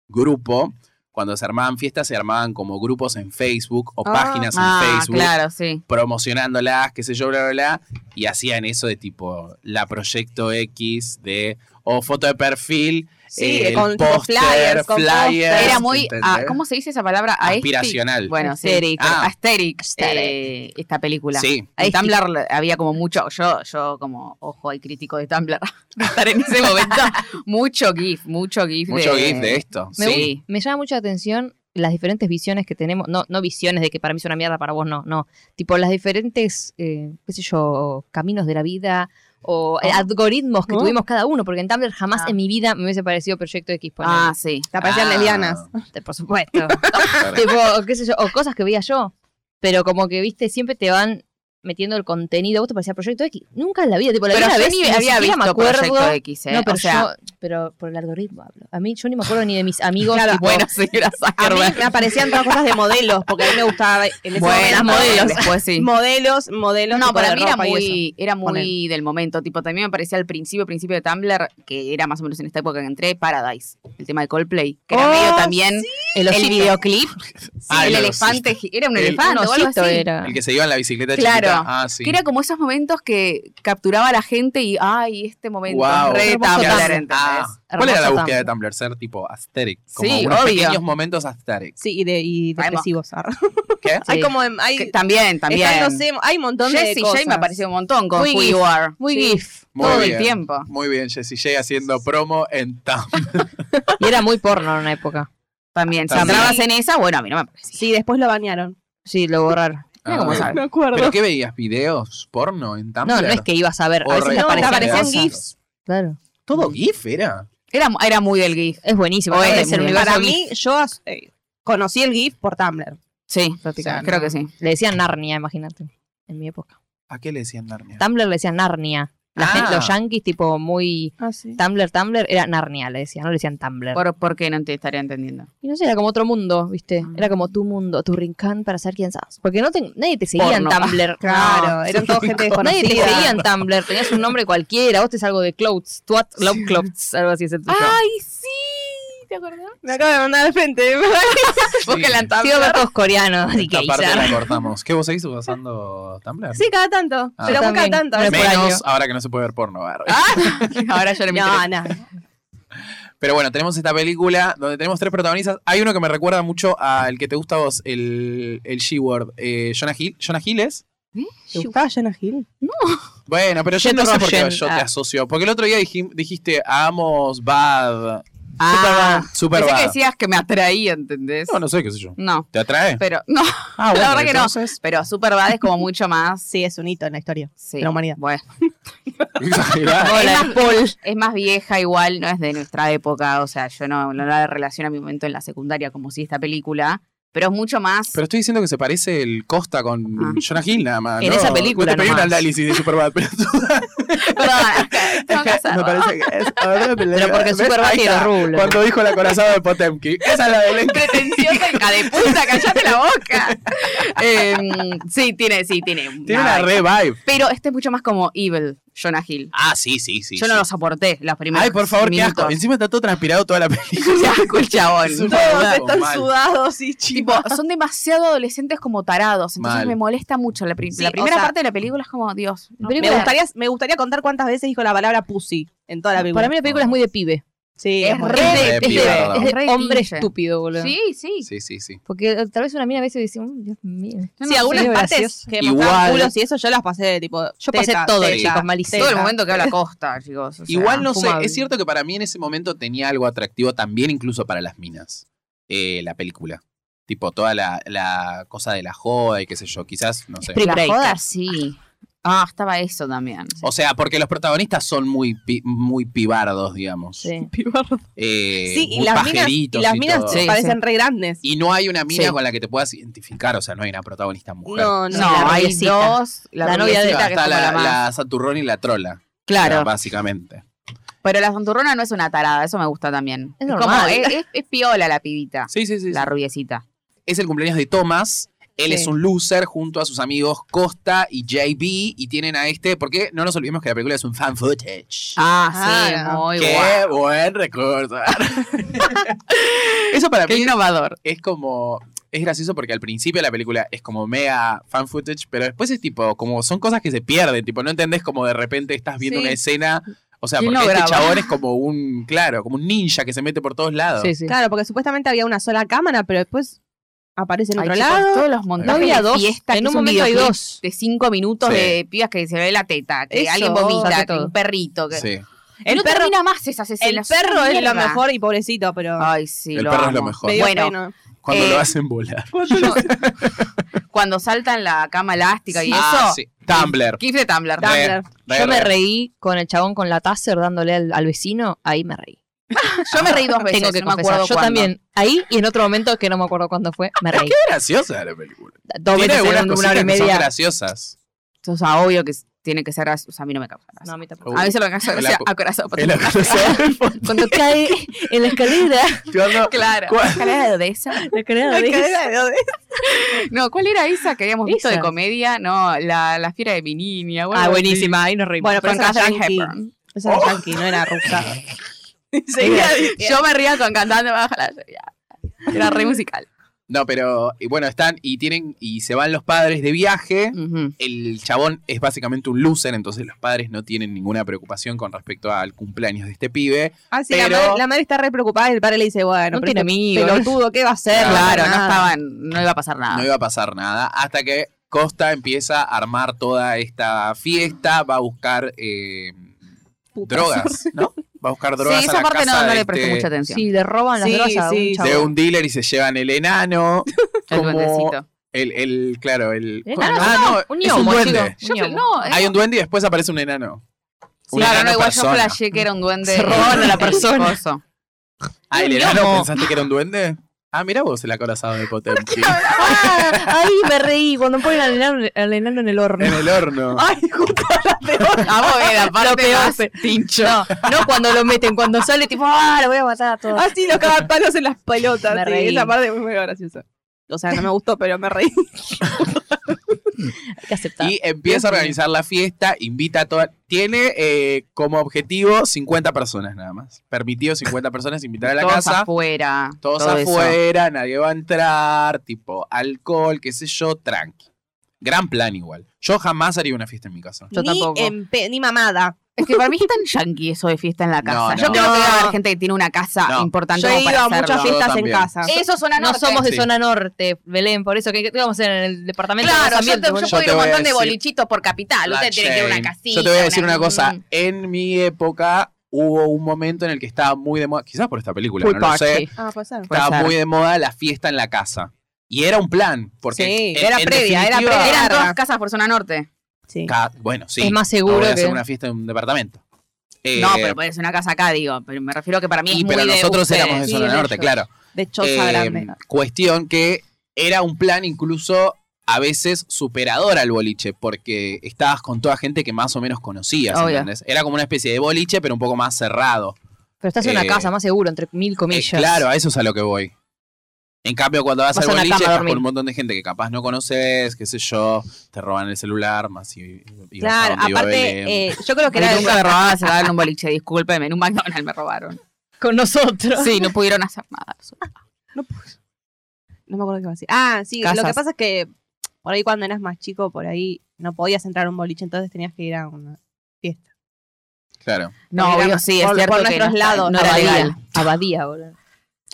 [SPEAKER 1] grupo, cuando se armaban fiestas, se armaban como grupos en Facebook o
[SPEAKER 4] Ah,
[SPEAKER 1] páginas en
[SPEAKER 2] Ah,
[SPEAKER 1] Facebook
[SPEAKER 2] claro, sí.
[SPEAKER 1] promocionándolas, qué sé yo, bla, bla, bla. Y hacían eso de tipo la Proyecto X de. O foto de perfil,
[SPEAKER 4] Sí,
[SPEAKER 1] eh,
[SPEAKER 4] con
[SPEAKER 1] el
[SPEAKER 4] tipo
[SPEAKER 1] póster,
[SPEAKER 4] flyers, con
[SPEAKER 1] flyers.
[SPEAKER 4] pósters.
[SPEAKER 2] Era muy,
[SPEAKER 1] ¿entendés?
[SPEAKER 2] ah, ¿cómo se dice esa palabra? Aesthetic.
[SPEAKER 1] Aspiracional.
[SPEAKER 2] Bueno, sí.
[SPEAKER 3] Aesthetic.
[SPEAKER 1] Ah.
[SPEAKER 2] Aesthetic,
[SPEAKER 3] Aesthetic.
[SPEAKER 2] eh, esta película.
[SPEAKER 1] sí.
[SPEAKER 2] En
[SPEAKER 3] Aesthetic.
[SPEAKER 2] Tumblr lo- había como mucho, yo, yo como, ojo, hay crítico de Tumblr, de estar en ese momento, mucho GIF, mucho GIF.
[SPEAKER 1] Mucho
[SPEAKER 2] de,
[SPEAKER 1] gif de esto.
[SPEAKER 3] Me,
[SPEAKER 1] sí.
[SPEAKER 2] Sí.
[SPEAKER 3] me llama mucha atención las diferentes visiones que tenemos. No, no visiones de que para mí es una mierda, para vos no, no. Tipo las diferentes, eh, qué sé yo, caminos de la vida o eh, algoritmos que
[SPEAKER 4] Oh.
[SPEAKER 3] tuvimos cada uno, porque en Tumblr jamás
[SPEAKER 2] Ah.
[SPEAKER 3] en mi vida me hubiese parecido Proyecto X. ponele.
[SPEAKER 2] Ah, sí.
[SPEAKER 4] Te aparecían
[SPEAKER 1] Ah,
[SPEAKER 4] lesbianas.
[SPEAKER 3] por supuesto.
[SPEAKER 1] claro.
[SPEAKER 3] tipo, qué sé yo, o cosas que veía yo. Pero como que, viste, siempre te van metiendo el contenido. Vos te parecía Proyecto X. Nunca en la vida, tipo, la
[SPEAKER 2] Pero
[SPEAKER 3] primera
[SPEAKER 2] yo
[SPEAKER 3] vez
[SPEAKER 2] ni
[SPEAKER 3] ni
[SPEAKER 2] había
[SPEAKER 3] siquiera
[SPEAKER 2] visto
[SPEAKER 3] me acuerdo.
[SPEAKER 2] Proyecto X, ¿eh?
[SPEAKER 3] No, pero
[SPEAKER 2] o sea,
[SPEAKER 3] yo, pero por el algoritmo hablo. A mí, yo ni me acuerdo ni de mis amigos.
[SPEAKER 4] Claro,
[SPEAKER 3] tipo,
[SPEAKER 2] bueno, señora
[SPEAKER 4] A mí
[SPEAKER 2] Zuckerberg.
[SPEAKER 4] me aparecían todas cosas de modelos, porque a mí me gustaba en ese
[SPEAKER 2] Buenas
[SPEAKER 4] momento,
[SPEAKER 2] modelos, después sí.
[SPEAKER 4] Modelos, modelos.
[SPEAKER 2] No,
[SPEAKER 4] tipo
[SPEAKER 2] para
[SPEAKER 4] de
[SPEAKER 2] mí era
[SPEAKER 4] ropa y eso.
[SPEAKER 2] muy, era muy
[SPEAKER 4] Ponele.
[SPEAKER 2] del momento. Tipo, también me parecía al principio, principio de Tumblr, que era más o menos en esta época que entré, Paradise, el tema de Coldplay. Que era
[SPEAKER 4] Oh,
[SPEAKER 2] medio también
[SPEAKER 3] el
[SPEAKER 2] el
[SPEAKER 3] osito.
[SPEAKER 2] videoclip.
[SPEAKER 1] Ah,
[SPEAKER 2] el
[SPEAKER 1] el
[SPEAKER 2] elefante, gi- era un
[SPEAKER 1] El-
[SPEAKER 3] Un
[SPEAKER 2] elefante o algo
[SPEAKER 3] osito
[SPEAKER 2] así.
[SPEAKER 3] era.
[SPEAKER 1] El que se iba en la bicicleta
[SPEAKER 2] Claro.
[SPEAKER 1] chiquita. Ah, sí.
[SPEAKER 2] Que era como esos momentos que capturaba a la gente y, ay, este momento.
[SPEAKER 1] Wow.
[SPEAKER 2] Re
[SPEAKER 3] Hermoso
[SPEAKER 2] Tumblr,
[SPEAKER 3] Tumblr.
[SPEAKER 2] ¿entendés?
[SPEAKER 1] Ah, ¿Cuál era la
[SPEAKER 3] Hermoso
[SPEAKER 1] búsqueda de Tumblr? Ser tipo aesthetic. Como
[SPEAKER 2] Sí,
[SPEAKER 1] unos
[SPEAKER 2] obvio.
[SPEAKER 1] pequeños momentos aesthetic.
[SPEAKER 4] Sí, y, de, y
[SPEAKER 2] Vamos.
[SPEAKER 4] depresivos.
[SPEAKER 1] ¿Qué?
[SPEAKER 4] Hay
[SPEAKER 3] Sí.
[SPEAKER 4] como. em, Hay,
[SPEAKER 2] Que también, también.
[SPEAKER 4] están, no sé, hay un montón de
[SPEAKER 2] Jessie
[SPEAKER 4] cosas.
[SPEAKER 2] J me apareció un montón con
[SPEAKER 3] Muy
[SPEAKER 2] Who
[SPEAKER 3] gif,
[SPEAKER 2] You Are.
[SPEAKER 3] Muy
[SPEAKER 2] Sí.
[SPEAKER 3] gif.
[SPEAKER 1] Muy
[SPEAKER 2] Todo el
[SPEAKER 1] bien.
[SPEAKER 2] tiempo.
[SPEAKER 1] Muy bien, Jessie J haciendo promo en Tumblr.
[SPEAKER 3] Y era muy porno en una época.
[SPEAKER 2] También. Si
[SPEAKER 1] También.
[SPEAKER 2] entrabas en esa, bueno, a mí no me parecía.
[SPEAKER 4] Sí, después lo bañaron.
[SPEAKER 3] Sí, lo borraron.
[SPEAKER 2] Mira cómo
[SPEAKER 1] Ah.
[SPEAKER 2] sabe.
[SPEAKER 4] Me acuerdo.
[SPEAKER 1] ¿Pero qué veías? ¿Videos porno en Tumblr?
[SPEAKER 3] No, no es que ibas a ver.
[SPEAKER 1] O
[SPEAKER 3] A veces
[SPEAKER 1] re-
[SPEAKER 3] te
[SPEAKER 4] no, te
[SPEAKER 3] aparecían
[SPEAKER 4] aparecían
[SPEAKER 3] cosas.
[SPEAKER 4] GIFs.
[SPEAKER 3] Claro.
[SPEAKER 1] ¿Todo GIF era?
[SPEAKER 2] Era, era muy del GIF.
[SPEAKER 3] Es buenísimo.
[SPEAKER 2] O
[SPEAKER 3] ¿no?
[SPEAKER 2] es
[SPEAKER 3] Es el
[SPEAKER 2] muy
[SPEAKER 3] universo
[SPEAKER 4] Para
[SPEAKER 3] geek.
[SPEAKER 4] mí, yo as- eh, conocí el GIF por Tumblr.
[SPEAKER 2] Sí,
[SPEAKER 4] sea,
[SPEAKER 2] creo
[SPEAKER 4] no.
[SPEAKER 2] que sí.
[SPEAKER 3] Le decían Narnia, imagínate. En mi época.
[SPEAKER 1] ¿A qué le decían Narnia?
[SPEAKER 3] Tumblr le decían Narnia. La
[SPEAKER 1] Ah.
[SPEAKER 3] gente- los yankees, tipo muy
[SPEAKER 4] Ah, sí.
[SPEAKER 3] Tumblr, Tumblr, era Narnia, le decían, no le decían Tumblr.
[SPEAKER 2] ¿Por, por qué no te estaría entendiendo?
[SPEAKER 3] Y no sé, era como otro mundo, ¿viste?
[SPEAKER 2] Ah.
[SPEAKER 3] Era como tu mundo, tu rincón para ser quien sos. Porque no te- nadie te seguía en
[SPEAKER 2] Porno.
[SPEAKER 3] Tumblr.
[SPEAKER 4] Claro, eran toda gente
[SPEAKER 3] No, Nadie te
[SPEAKER 4] desconocida.
[SPEAKER 3] seguía en Tumblr, tenías un nombre cualquiera, vos te algo de Clouds, Twat Love Clouds, algo así es el tuyo.
[SPEAKER 2] Ah. sí! ¿Te acordás?
[SPEAKER 4] Me acaba de mandar al frente.
[SPEAKER 2] Porque la
[SPEAKER 1] Esta
[SPEAKER 3] Sí,
[SPEAKER 2] Tumblr.
[SPEAKER 3] todos coreanos, así que
[SPEAKER 1] parte
[SPEAKER 3] Isa.
[SPEAKER 1] la cortamos. ¿Qué vos seguís usando Tumblr?
[SPEAKER 4] Sí, cada tanto.
[SPEAKER 1] Ah.
[SPEAKER 4] pero
[SPEAKER 3] Yo
[SPEAKER 4] muy cada
[SPEAKER 3] también.
[SPEAKER 4] tanto.
[SPEAKER 3] Me- por año. Ah,
[SPEAKER 1] Menos ahora que no se puede ver porno. barre.
[SPEAKER 2] Ahora yo le metí.
[SPEAKER 4] No, no.
[SPEAKER 1] Pero bueno, tenemos esta película donde tenemos tres protagonistas. Hay uno que me recuerda mucho al que te gusta a vos, el, el G-Word. Eh, Jonah Hill. Jonah Hill es.
[SPEAKER 4] ¿Te gustaba Jenna Hill?
[SPEAKER 1] Bueno, pero yo
[SPEAKER 3] Seth
[SPEAKER 1] no sé por qué
[SPEAKER 3] Rogen.
[SPEAKER 1] yo te
[SPEAKER 3] Ah.
[SPEAKER 1] asocio. Porque el otro día dijim- dijiste Amos, Bad,
[SPEAKER 2] Ah,
[SPEAKER 1] Super
[SPEAKER 2] pensé que
[SPEAKER 1] Bad.
[SPEAKER 2] decías que me atraía, ¿entendés?
[SPEAKER 1] No, no sé, qué sé yo.
[SPEAKER 2] No,
[SPEAKER 1] ¿Te atrae?
[SPEAKER 2] pero no,
[SPEAKER 1] Ah,
[SPEAKER 2] la verdad que no.
[SPEAKER 1] entonces-
[SPEAKER 2] Pero Superbad es como mucho más.
[SPEAKER 4] Sí, es un hito en la historia.
[SPEAKER 2] Sí.
[SPEAKER 4] De la humanidad.
[SPEAKER 2] Bueno,
[SPEAKER 1] Exagerada.
[SPEAKER 2] es, más, es más vieja igual, no es de nuestra época. O sea, yo no, no la relaciono a mi momento en la secundaria como si esta película. Pero es mucho más.
[SPEAKER 1] Pero estoy diciendo que se parece el Costa con
[SPEAKER 2] Ah.
[SPEAKER 1] Jonah Hill nada más.
[SPEAKER 2] En
[SPEAKER 1] ¿no?
[SPEAKER 2] esa
[SPEAKER 1] No
[SPEAKER 2] película
[SPEAKER 1] te pedí un
[SPEAKER 2] nomás.
[SPEAKER 1] análisis de Superbad, pero tú-
[SPEAKER 2] Perdón, tengo que hacerlo.
[SPEAKER 1] que es. Pero
[SPEAKER 3] Pero porque Superbad tiene rublo.
[SPEAKER 1] Cuando dijo la corazada de Potemkin. Esa es la de Lenka.
[SPEAKER 2] Pretenciosa hija de puta, callate la boca. Em, sí, tiene, sí, tiene. una
[SPEAKER 1] Tiene una re
[SPEAKER 2] vibe.
[SPEAKER 1] vibe.
[SPEAKER 2] Pero este es mucho más como Evil, Jonah Hill.
[SPEAKER 1] Ah, sí, sí, sí.
[SPEAKER 2] Yo no lo soporté las primeras.
[SPEAKER 1] Ay, por favor, qué asco. Encima está todo transpirado toda la película.
[SPEAKER 2] asco el chabón.
[SPEAKER 1] Es un
[SPEAKER 4] Todos
[SPEAKER 1] Mal,
[SPEAKER 4] están
[SPEAKER 1] mal.
[SPEAKER 4] sudados y
[SPEAKER 2] Tipo,
[SPEAKER 4] chivos.
[SPEAKER 2] son demasiado adolescentes como tarados. Entonces
[SPEAKER 1] Mal.
[SPEAKER 2] me molesta mucho. La, pri-
[SPEAKER 4] Sí,
[SPEAKER 2] la primera
[SPEAKER 4] o sea-
[SPEAKER 2] parte de la película es como, Dios. no
[SPEAKER 3] Pero
[SPEAKER 4] Me
[SPEAKER 2] puedo.
[SPEAKER 4] gustaría, me gustaría contar cuántas veces dijo la palabra pussy en toda la película.
[SPEAKER 3] Para mí la película es muy de pibe.
[SPEAKER 4] sí,
[SPEAKER 2] es
[SPEAKER 4] es muy-
[SPEAKER 2] re
[SPEAKER 1] de
[SPEAKER 3] es de-
[SPEAKER 1] pibe,
[SPEAKER 3] es
[SPEAKER 1] perdón.
[SPEAKER 3] de
[SPEAKER 2] Re
[SPEAKER 3] hombre
[SPEAKER 2] pinche.
[SPEAKER 3] estúpido, boludo.
[SPEAKER 2] Sí, sí.
[SPEAKER 1] Sí, sí, sí.
[SPEAKER 3] Porque eh, tal vez una mina a veces dice, "Mm, Dios mío.
[SPEAKER 2] Yo
[SPEAKER 4] Sí,
[SPEAKER 2] no
[SPEAKER 4] algunas
[SPEAKER 2] sé.
[SPEAKER 3] serio,
[SPEAKER 4] partes
[SPEAKER 3] gracioso.
[SPEAKER 4] que mostraban
[SPEAKER 1] Igual.
[SPEAKER 4] culos y eso yo las pasé, tipo.
[SPEAKER 3] Yo pasé todo, chicos, malísimo.
[SPEAKER 2] Todo el momento que habla Costa, chicos. o sea,
[SPEAKER 1] Igual no sé,
[SPEAKER 3] fumable.
[SPEAKER 1] es cierto que para mí en ese momento tenía algo atractivo también incluso para las minas, eh, la película. Tipo, toda la, la cosa de la joda y qué sé yo, quizás, no sé.
[SPEAKER 3] Spring
[SPEAKER 2] La
[SPEAKER 3] Breaker.
[SPEAKER 2] joda sí. Ah, estaba eso también.
[SPEAKER 1] O sea, porque los protagonistas son muy, pi- muy pibardos, digamos.
[SPEAKER 3] Sí.
[SPEAKER 1] Eh,
[SPEAKER 4] Sí, y
[SPEAKER 1] muy
[SPEAKER 4] las minas, y
[SPEAKER 1] pajeritos
[SPEAKER 4] las
[SPEAKER 1] y
[SPEAKER 4] minas
[SPEAKER 1] todo.
[SPEAKER 2] sí.
[SPEAKER 4] parecen re grandes.
[SPEAKER 1] Y no hay una mina
[SPEAKER 2] Sí.
[SPEAKER 1] con la que te puedas identificar, o sea, no hay una protagonista mujer.
[SPEAKER 4] No, no,
[SPEAKER 2] No,
[SPEAKER 4] la
[SPEAKER 2] hay
[SPEAKER 4] rubiecita.
[SPEAKER 2] dos. La,
[SPEAKER 3] La
[SPEAKER 2] novia
[SPEAKER 3] novia
[SPEAKER 2] de
[SPEAKER 3] de-
[SPEAKER 1] Está
[SPEAKER 2] que es como
[SPEAKER 1] la,
[SPEAKER 2] la más.
[SPEAKER 1] la Saturrón y la trola,
[SPEAKER 2] claro.
[SPEAKER 1] básicamente.
[SPEAKER 2] Pero la santurrona no es una tarada, eso me gusta también.
[SPEAKER 3] Es
[SPEAKER 2] Es, como,
[SPEAKER 3] normal.
[SPEAKER 2] es, es- es piola la pibita,
[SPEAKER 1] Sí, sí, sí.
[SPEAKER 2] la
[SPEAKER 1] sí.
[SPEAKER 2] rubiecita.
[SPEAKER 1] Es el cumpleaños de Thomas. Él
[SPEAKER 4] Sí.
[SPEAKER 1] es un loser junto a sus amigos Costa y JB y tienen a este, porque no nos olvidemos que la película es un fan footage.
[SPEAKER 2] Ah,
[SPEAKER 4] sí,
[SPEAKER 2] sí, muy
[SPEAKER 1] Qué
[SPEAKER 2] guay.
[SPEAKER 1] buen recurso. Eso para mí
[SPEAKER 2] innovador.
[SPEAKER 1] es como. Es gracioso porque al principio la película es como mega fan footage, pero después es tipo, como son cosas que se pierden, tipo, no entendés como de repente estás viendo
[SPEAKER 4] Sí.
[SPEAKER 1] una escena. O sea,
[SPEAKER 2] ¿Quién
[SPEAKER 1] porque
[SPEAKER 2] lo
[SPEAKER 1] este
[SPEAKER 2] graba?
[SPEAKER 1] chabón es como un, claro, como un ninja que se mete por todos lados.
[SPEAKER 3] Sí, sí.
[SPEAKER 4] Claro, porque supuestamente había una sola cámara, pero después aparece en
[SPEAKER 2] Ay,
[SPEAKER 4] otro
[SPEAKER 2] chicos,
[SPEAKER 4] lado.
[SPEAKER 2] todos los montajes
[SPEAKER 3] No había
[SPEAKER 2] de
[SPEAKER 3] dos,
[SPEAKER 2] fiesta,
[SPEAKER 3] en
[SPEAKER 2] que
[SPEAKER 3] un
[SPEAKER 2] es
[SPEAKER 3] momento hay
[SPEAKER 2] videoclip
[SPEAKER 3] dos.
[SPEAKER 2] De cinco minutos
[SPEAKER 1] Sí.
[SPEAKER 2] de pibas que se ve la teta, que
[SPEAKER 3] Eso,
[SPEAKER 2] alguien
[SPEAKER 3] saque
[SPEAKER 2] vomita, que
[SPEAKER 3] todo.
[SPEAKER 2] un perrito. Que...
[SPEAKER 1] Sí.
[SPEAKER 2] El no
[SPEAKER 4] perro,
[SPEAKER 2] termina más esas
[SPEAKER 4] el
[SPEAKER 2] escenas. son
[SPEAKER 4] perro
[SPEAKER 2] una
[SPEAKER 4] es lo
[SPEAKER 2] mierda.
[SPEAKER 4] mejor y pobrecito, pero.
[SPEAKER 1] Ah,
[SPEAKER 2] Ay, sí,
[SPEAKER 1] El
[SPEAKER 2] lo
[SPEAKER 1] perro es lo
[SPEAKER 2] amo.
[SPEAKER 1] mejor.
[SPEAKER 4] me dio
[SPEAKER 2] bueno,
[SPEAKER 4] pena.
[SPEAKER 1] Cuando
[SPEAKER 2] Eh,
[SPEAKER 1] lo hacen volar.
[SPEAKER 2] cuando saltan la cama elástica y
[SPEAKER 1] Ah,
[SPEAKER 2] eso.
[SPEAKER 1] sí. Tumblr.
[SPEAKER 2] Gif de Tumblr.
[SPEAKER 1] Re,
[SPEAKER 4] Tumblr.
[SPEAKER 1] re,
[SPEAKER 3] Yo me
[SPEAKER 1] re.
[SPEAKER 3] reí con el chabón con la taser dándole al, al vecino, ahí me reí.
[SPEAKER 2] Yo me reí dos veces.
[SPEAKER 3] Tengo que
[SPEAKER 2] no me
[SPEAKER 3] confesar,
[SPEAKER 2] acuerdo
[SPEAKER 3] yo
[SPEAKER 2] cuándo.
[SPEAKER 3] también, ahí y en otro momento que no me acuerdo cuándo fue, me reí.
[SPEAKER 1] Qué graciosa la película.
[SPEAKER 3] Dos
[SPEAKER 1] Tiene
[SPEAKER 3] veces
[SPEAKER 1] algunas
[SPEAKER 3] en una
[SPEAKER 1] cositas
[SPEAKER 3] hora y
[SPEAKER 1] que son
[SPEAKER 3] media.
[SPEAKER 1] graciosas.
[SPEAKER 2] O sea, obvio que s- tiene que ser. as- O sea, a mí no me causa.
[SPEAKER 3] No, a
[SPEAKER 2] gracia.
[SPEAKER 3] mí tampoco.
[SPEAKER 1] Uh,
[SPEAKER 2] a mí se lo causa
[SPEAKER 1] el
[SPEAKER 2] gracia
[SPEAKER 1] apo-
[SPEAKER 2] a corazón.
[SPEAKER 1] Es la cosa de Fontaine.
[SPEAKER 3] Cuando cae en la escalera,
[SPEAKER 1] Cuando-
[SPEAKER 2] Claro.
[SPEAKER 1] ¿Cuál?
[SPEAKER 2] ¿Cuál era de esa?
[SPEAKER 3] la escalera
[SPEAKER 4] Ay,
[SPEAKER 3] de-
[SPEAKER 4] qué grave.
[SPEAKER 2] No, ¿cuál era esa que habíamos visto de
[SPEAKER 3] Esa.
[SPEAKER 2] comedia? No, la, la fiera de mi niña. bueno,
[SPEAKER 3] Ah, buenísima, ahí nos reímos.
[SPEAKER 4] Bueno, pero
[SPEAKER 2] Con
[SPEAKER 4] esa era
[SPEAKER 2] Katharine
[SPEAKER 4] yankee.
[SPEAKER 2] Hepburn.
[SPEAKER 4] Esa
[SPEAKER 1] Oh.
[SPEAKER 4] era yankee, no era rusa. Seguía diciendo.
[SPEAKER 2] Yo me ría con cantando baja la lluvia. Era re musical.
[SPEAKER 1] No, pero y bueno, están y tienen y se van los padres de viaje.
[SPEAKER 2] Ujú.
[SPEAKER 1] El chabón es básicamente un loser, entonces los padres no tienen ninguna preocupación con respecto al cumpleaños de este pibe.
[SPEAKER 4] Ah, sí,
[SPEAKER 1] Pero-
[SPEAKER 4] la, madre, la madre está re preocupada y el padre le dice, bueno,
[SPEAKER 3] No
[SPEAKER 4] pero
[SPEAKER 3] tiene
[SPEAKER 4] este
[SPEAKER 3] amigos.
[SPEAKER 4] pelotudo, ¿qué va a hacer?
[SPEAKER 1] Claro,
[SPEAKER 2] Claro,
[SPEAKER 4] pasa
[SPEAKER 2] no
[SPEAKER 4] nada.
[SPEAKER 2] estaban, no iba a pasar
[SPEAKER 1] No
[SPEAKER 2] nada.
[SPEAKER 1] iba a pasar nada hasta que Costa empieza a armar toda esta fiesta, va a buscar eh,
[SPEAKER 4] Putas.
[SPEAKER 1] drogas, ¿no? Va a buscar drogas
[SPEAKER 2] Sí,
[SPEAKER 1] a
[SPEAKER 2] esa
[SPEAKER 1] la
[SPEAKER 2] parte
[SPEAKER 1] casa
[SPEAKER 2] no, no
[SPEAKER 1] de
[SPEAKER 2] le presté
[SPEAKER 1] este-
[SPEAKER 2] mucha atención.
[SPEAKER 3] Sí, le roban las
[SPEAKER 4] Sí,
[SPEAKER 3] drogas a un
[SPEAKER 4] sí.
[SPEAKER 1] de
[SPEAKER 3] chabón.
[SPEAKER 1] un dealer y se llevan el enano.
[SPEAKER 2] el
[SPEAKER 1] como-
[SPEAKER 2] duendecito.
[SPEAKER 1] El, el claro, el.
[SPEAKER 3] ¿Eh? No, no,
[SPEAKER 1] ah, no,
[SPEAKER 3] Un
[SPEAKER 1] es un
[SPEAKER 3] ñomo,
[SPEAKER 1] duende.
[SPEAKER 3] chico, un
[SPEAKER 2] Yo-
[SPEAKER 3] ñomo.
[SPEAKER 2] no, eh,
[SPEAKER 1] Hay un duende y después aparece un enano. Un
[SPEAKER 2] claro,
[SPEAKER 1] enano
[SPEAKER 2] no, igual
[SPEAKER 1] persona.
[SPEAKER 2] yo flashé que era un duende.
[SPEAKER 3] Se robaron a la persona.
[SPEAKER 2] Coso.
[SPEAKER 1] Ah, el
[SPEAKER 3] Un
[SPEAKER 1] enano
[SPEAKER 3] ñomo.
[SPEAKER 1] pensaste que era un duende. Ah, mira vos el acorazado de Potemkin.
[SPEAKER 3] Ah, ahí me reí cuando ponen al enano, al enano en el horno.
[SPEAKER 1] En el horno.
[SPEAKER 4] Ay, justo la peor.
[SPEAKER 2] Ah, vos ves la parte
[SPEAKER 3] peor,
[SPEAKER 2] más
[SPEAKER 3] pe-
[SPEAKER 2] tincho.
[SPEAKER 3] No, no cuando lo meten, cuando sale tipo, ah, lo voy a matar a todos.
[SPEAKER 4] Así los cagan palos en las pelotas.
[SPEAKER 3] Me
[SPEAKER 4] sí,
[SPEAKER 3] reí.
[SPEAKER 4] Esa parte fue muy graciosa. O sea, no me gustó, pero me reí.
[SPEAKER 3] Hay que aceptar.
[SPEAKER 1] Y empieza a organizar la fiesta, invita a todas. Tiene eh, como objetivo 50 personas nada más. Permitido 50 personas invitar a la
[SPEAKER 2] todos
[SPEAKER 1] casa.
[SPEAKER 2] afuera.
[SPEAKER 1] Todos
[SPEAKER 2] todo eso.
[SPEAKER 1] afuera, nadie va a entrar, tipo alcohol, qué sé yo, tranqui. Gran plan igual. Yo jamás haría una fiesta en mi casa.
[SPEAKER 3] Yo
[SPEAKER 4] ni,
[SPEAKER 3] tampoco.
[SPEAKER 4] en pe- ni mamada.
[SPEAKER 2] Es que para mí es tan yankee eso de fiesta en la casa.
[SPEAKER 1] No,
[SPEAKER 2] Yo
[SPEAKER 1] no.
[SPEAKER 2] creo que debe haber
[SPEAKER 4] No.
[SPEAKER 2] gente que tiene una casa
[SPEAKER 1] No.
[SPEAKER 2] importante
[SPEAKER 4] Yo
[SPEAKER 2] como
[SPEAKER 4] he ido
[SPEAKER 2] para
[SPEAKER 4] a
[SPEAKER 2] hacerlo.
[SPEAKER 4] muchas fiestas en
[SPEAKER 1] también.
[SPEAKER 4] casa.
[SPEAKER 2] Eso suena
[SPEAKER 3] No
[SPEAKER 2] norte.
[SPEAKER 3] somos de
[SPEAKER 1] Sí.
[SPEAKER 3] zona norte, Belén, por eso, ¿qué, qué vamos a hacer en el departamento de
[SPEAKER 2] Claro,
[SPEAKER 3] San
[SPEAKER 2] yo, te, yo
[SPEAKER 1] Yo
[SPEAKER 2] puedo ir
[SPEAKER 1] te
[SPEAKER 2] a un
[SPEAKER 1] voy a
[SPEAKER 2] montón de
[SPEAKER 1] decir-
[SPEAKER 2] bolichitos por capital. Ustedes tienen que ir a una
[SPEAKER 1] Blockchain.
[SPEAKER 2] casita.
[SPEAKER 1] Yo te voy a decir una cosa.
[SPEAKER 2] Mm.
[SPEAKER 1] En mi época hubo un momento en el que estaba muy de moda, quizás por esta película,
[SPEAKER 3] Pool
[SPEAKER 1] no lo sé.
[SPEAKER 3] party.
[SPEAKER 4] Ah, puede ser.
[SPEAKER 2] Puede
[SPEAKER 1] Estaba
[SPEAKER 2] ser.
[SPEAKER 1] muy de moda la fiesta en la casa. Y era un plan, porque
[SPEAKER 4] Sí,
[SPEAKER 1] en-
[SPEAKER 4] era
[SPEAKER 1] en
[SPEAKER 4] previa, era
[SPEAKER 1] definitiva,
[SPEAKER 4] previa.
[SPEAKER 2] Eran
[SPEAKER 4] Claro.
[SPEAKER 2] todas casas por zona norte.
[SPEAKER 4] Sí.
[SPEAKER 1] ca- Bueno, sí.
[SPEAKER 3] Es más
[SPEAKER 1] no
[SPEAKER 3] seguro
[SPEAKER 1] voy a
[SPEAKER 3] que...
[SPEAKER 1] hacer una fiesta en un departamento. Eh,
[SPEAKER 2] no, pero puede ser una casa acá, digo. Pero me refiero que para mí
[SPEAKER 1] y
[SPEAKER 2] es muy
[SPEAKER 1] pero
[SPEAKER 2] de
[SPEAKER 1] nosotros
[SPEAKER 2] ustedes.
[SPEAKER 1] éramos de
[SPEAKER 4] Sí,
[SPEAKER 1] zona
[SPEAKER 4] de
[SPEAKER 1] norte,
[SPEAKER 4] ellos.
[SPEAKER 1] claro.
[SPEAKER 4] De choza
[SPEAKER 1] Eh,
[SPEAKER 4] grande.
[SPEAKER 1] Cuestión que era un plan incluso a veces superador al boliche, porque estabas con toda gente que más o menos conocías,
[SPEAKER 2] Obvio.
[SPEAKER 1] ¿entendés? Era como una especie de boliche, pero un poco más cerrado.
[SPEAKER 3] Pero estás en una
[SPEAKER 1] Eh,
[SPEAKER 3] casa más seguro, entre mil
[SPEAKER 1] Eh,
[SPEAKER 3] comillas.
[SPEAKER 1] claro, a eso es a lo que voy. En cambio, cuando vas,
[SPEAKER 3] Vas a
[SPEAKER 1] al
[SPEAKER 3] una
[SPEAKER 1] boliche,
[SPEAKER 3] cama a
[SPEAKER 1] estás
[SPEAKER 3] dormir.
[SPEAKER 1] con un montón de gente que capaz no conoces, qué sé yo, te roban el celular, más y, y vas a
[SPEAKER 4] Claro,
[SPEAKER 1] donde iba Belén.
[SPEAKER 4] aparte, eh, yo creo que era
[SPEAKER 2] Pero
[SPEAKER 4] de
[SPEAKER 2] nunca me robaban, se daban un boliche, discúlpeme, en un McDonald's me robaron.
[SPEAKER 3] Con nosotros.
[SPEAKER 2] Sí, no pudieron hacer nada.
[SPEAKER 4] No me acuerdo qué iba a decir. Ah, sí, lo que
[SPEAKER 2] Casas.
[SPEAKER 4] pasa es que por ahí cuando eras más chico, por ahí no podías entrar a un boliche, entonces tenías que ir a una fiesta.
[SPEAKER 1] Claro.
[SPEAKER 2] No,
[SPEAKER 4] Porque
[SPEAKER 2] obvio,
[SPEAKER 4] era-
[SPEAKER 2] sí, es
[SPEAKER 4] por-
[SPEAKER 2] cierto
[SPEAKER 4] por
[SPEAKER 2] que
[SPEAKER 4] nuestros
[SPEAKER 2] no está-
[SPEAKER 4] lados,
[SPEAKER 2] no era legal.
[SPEAKER 3] Abadía. Abadía ahora.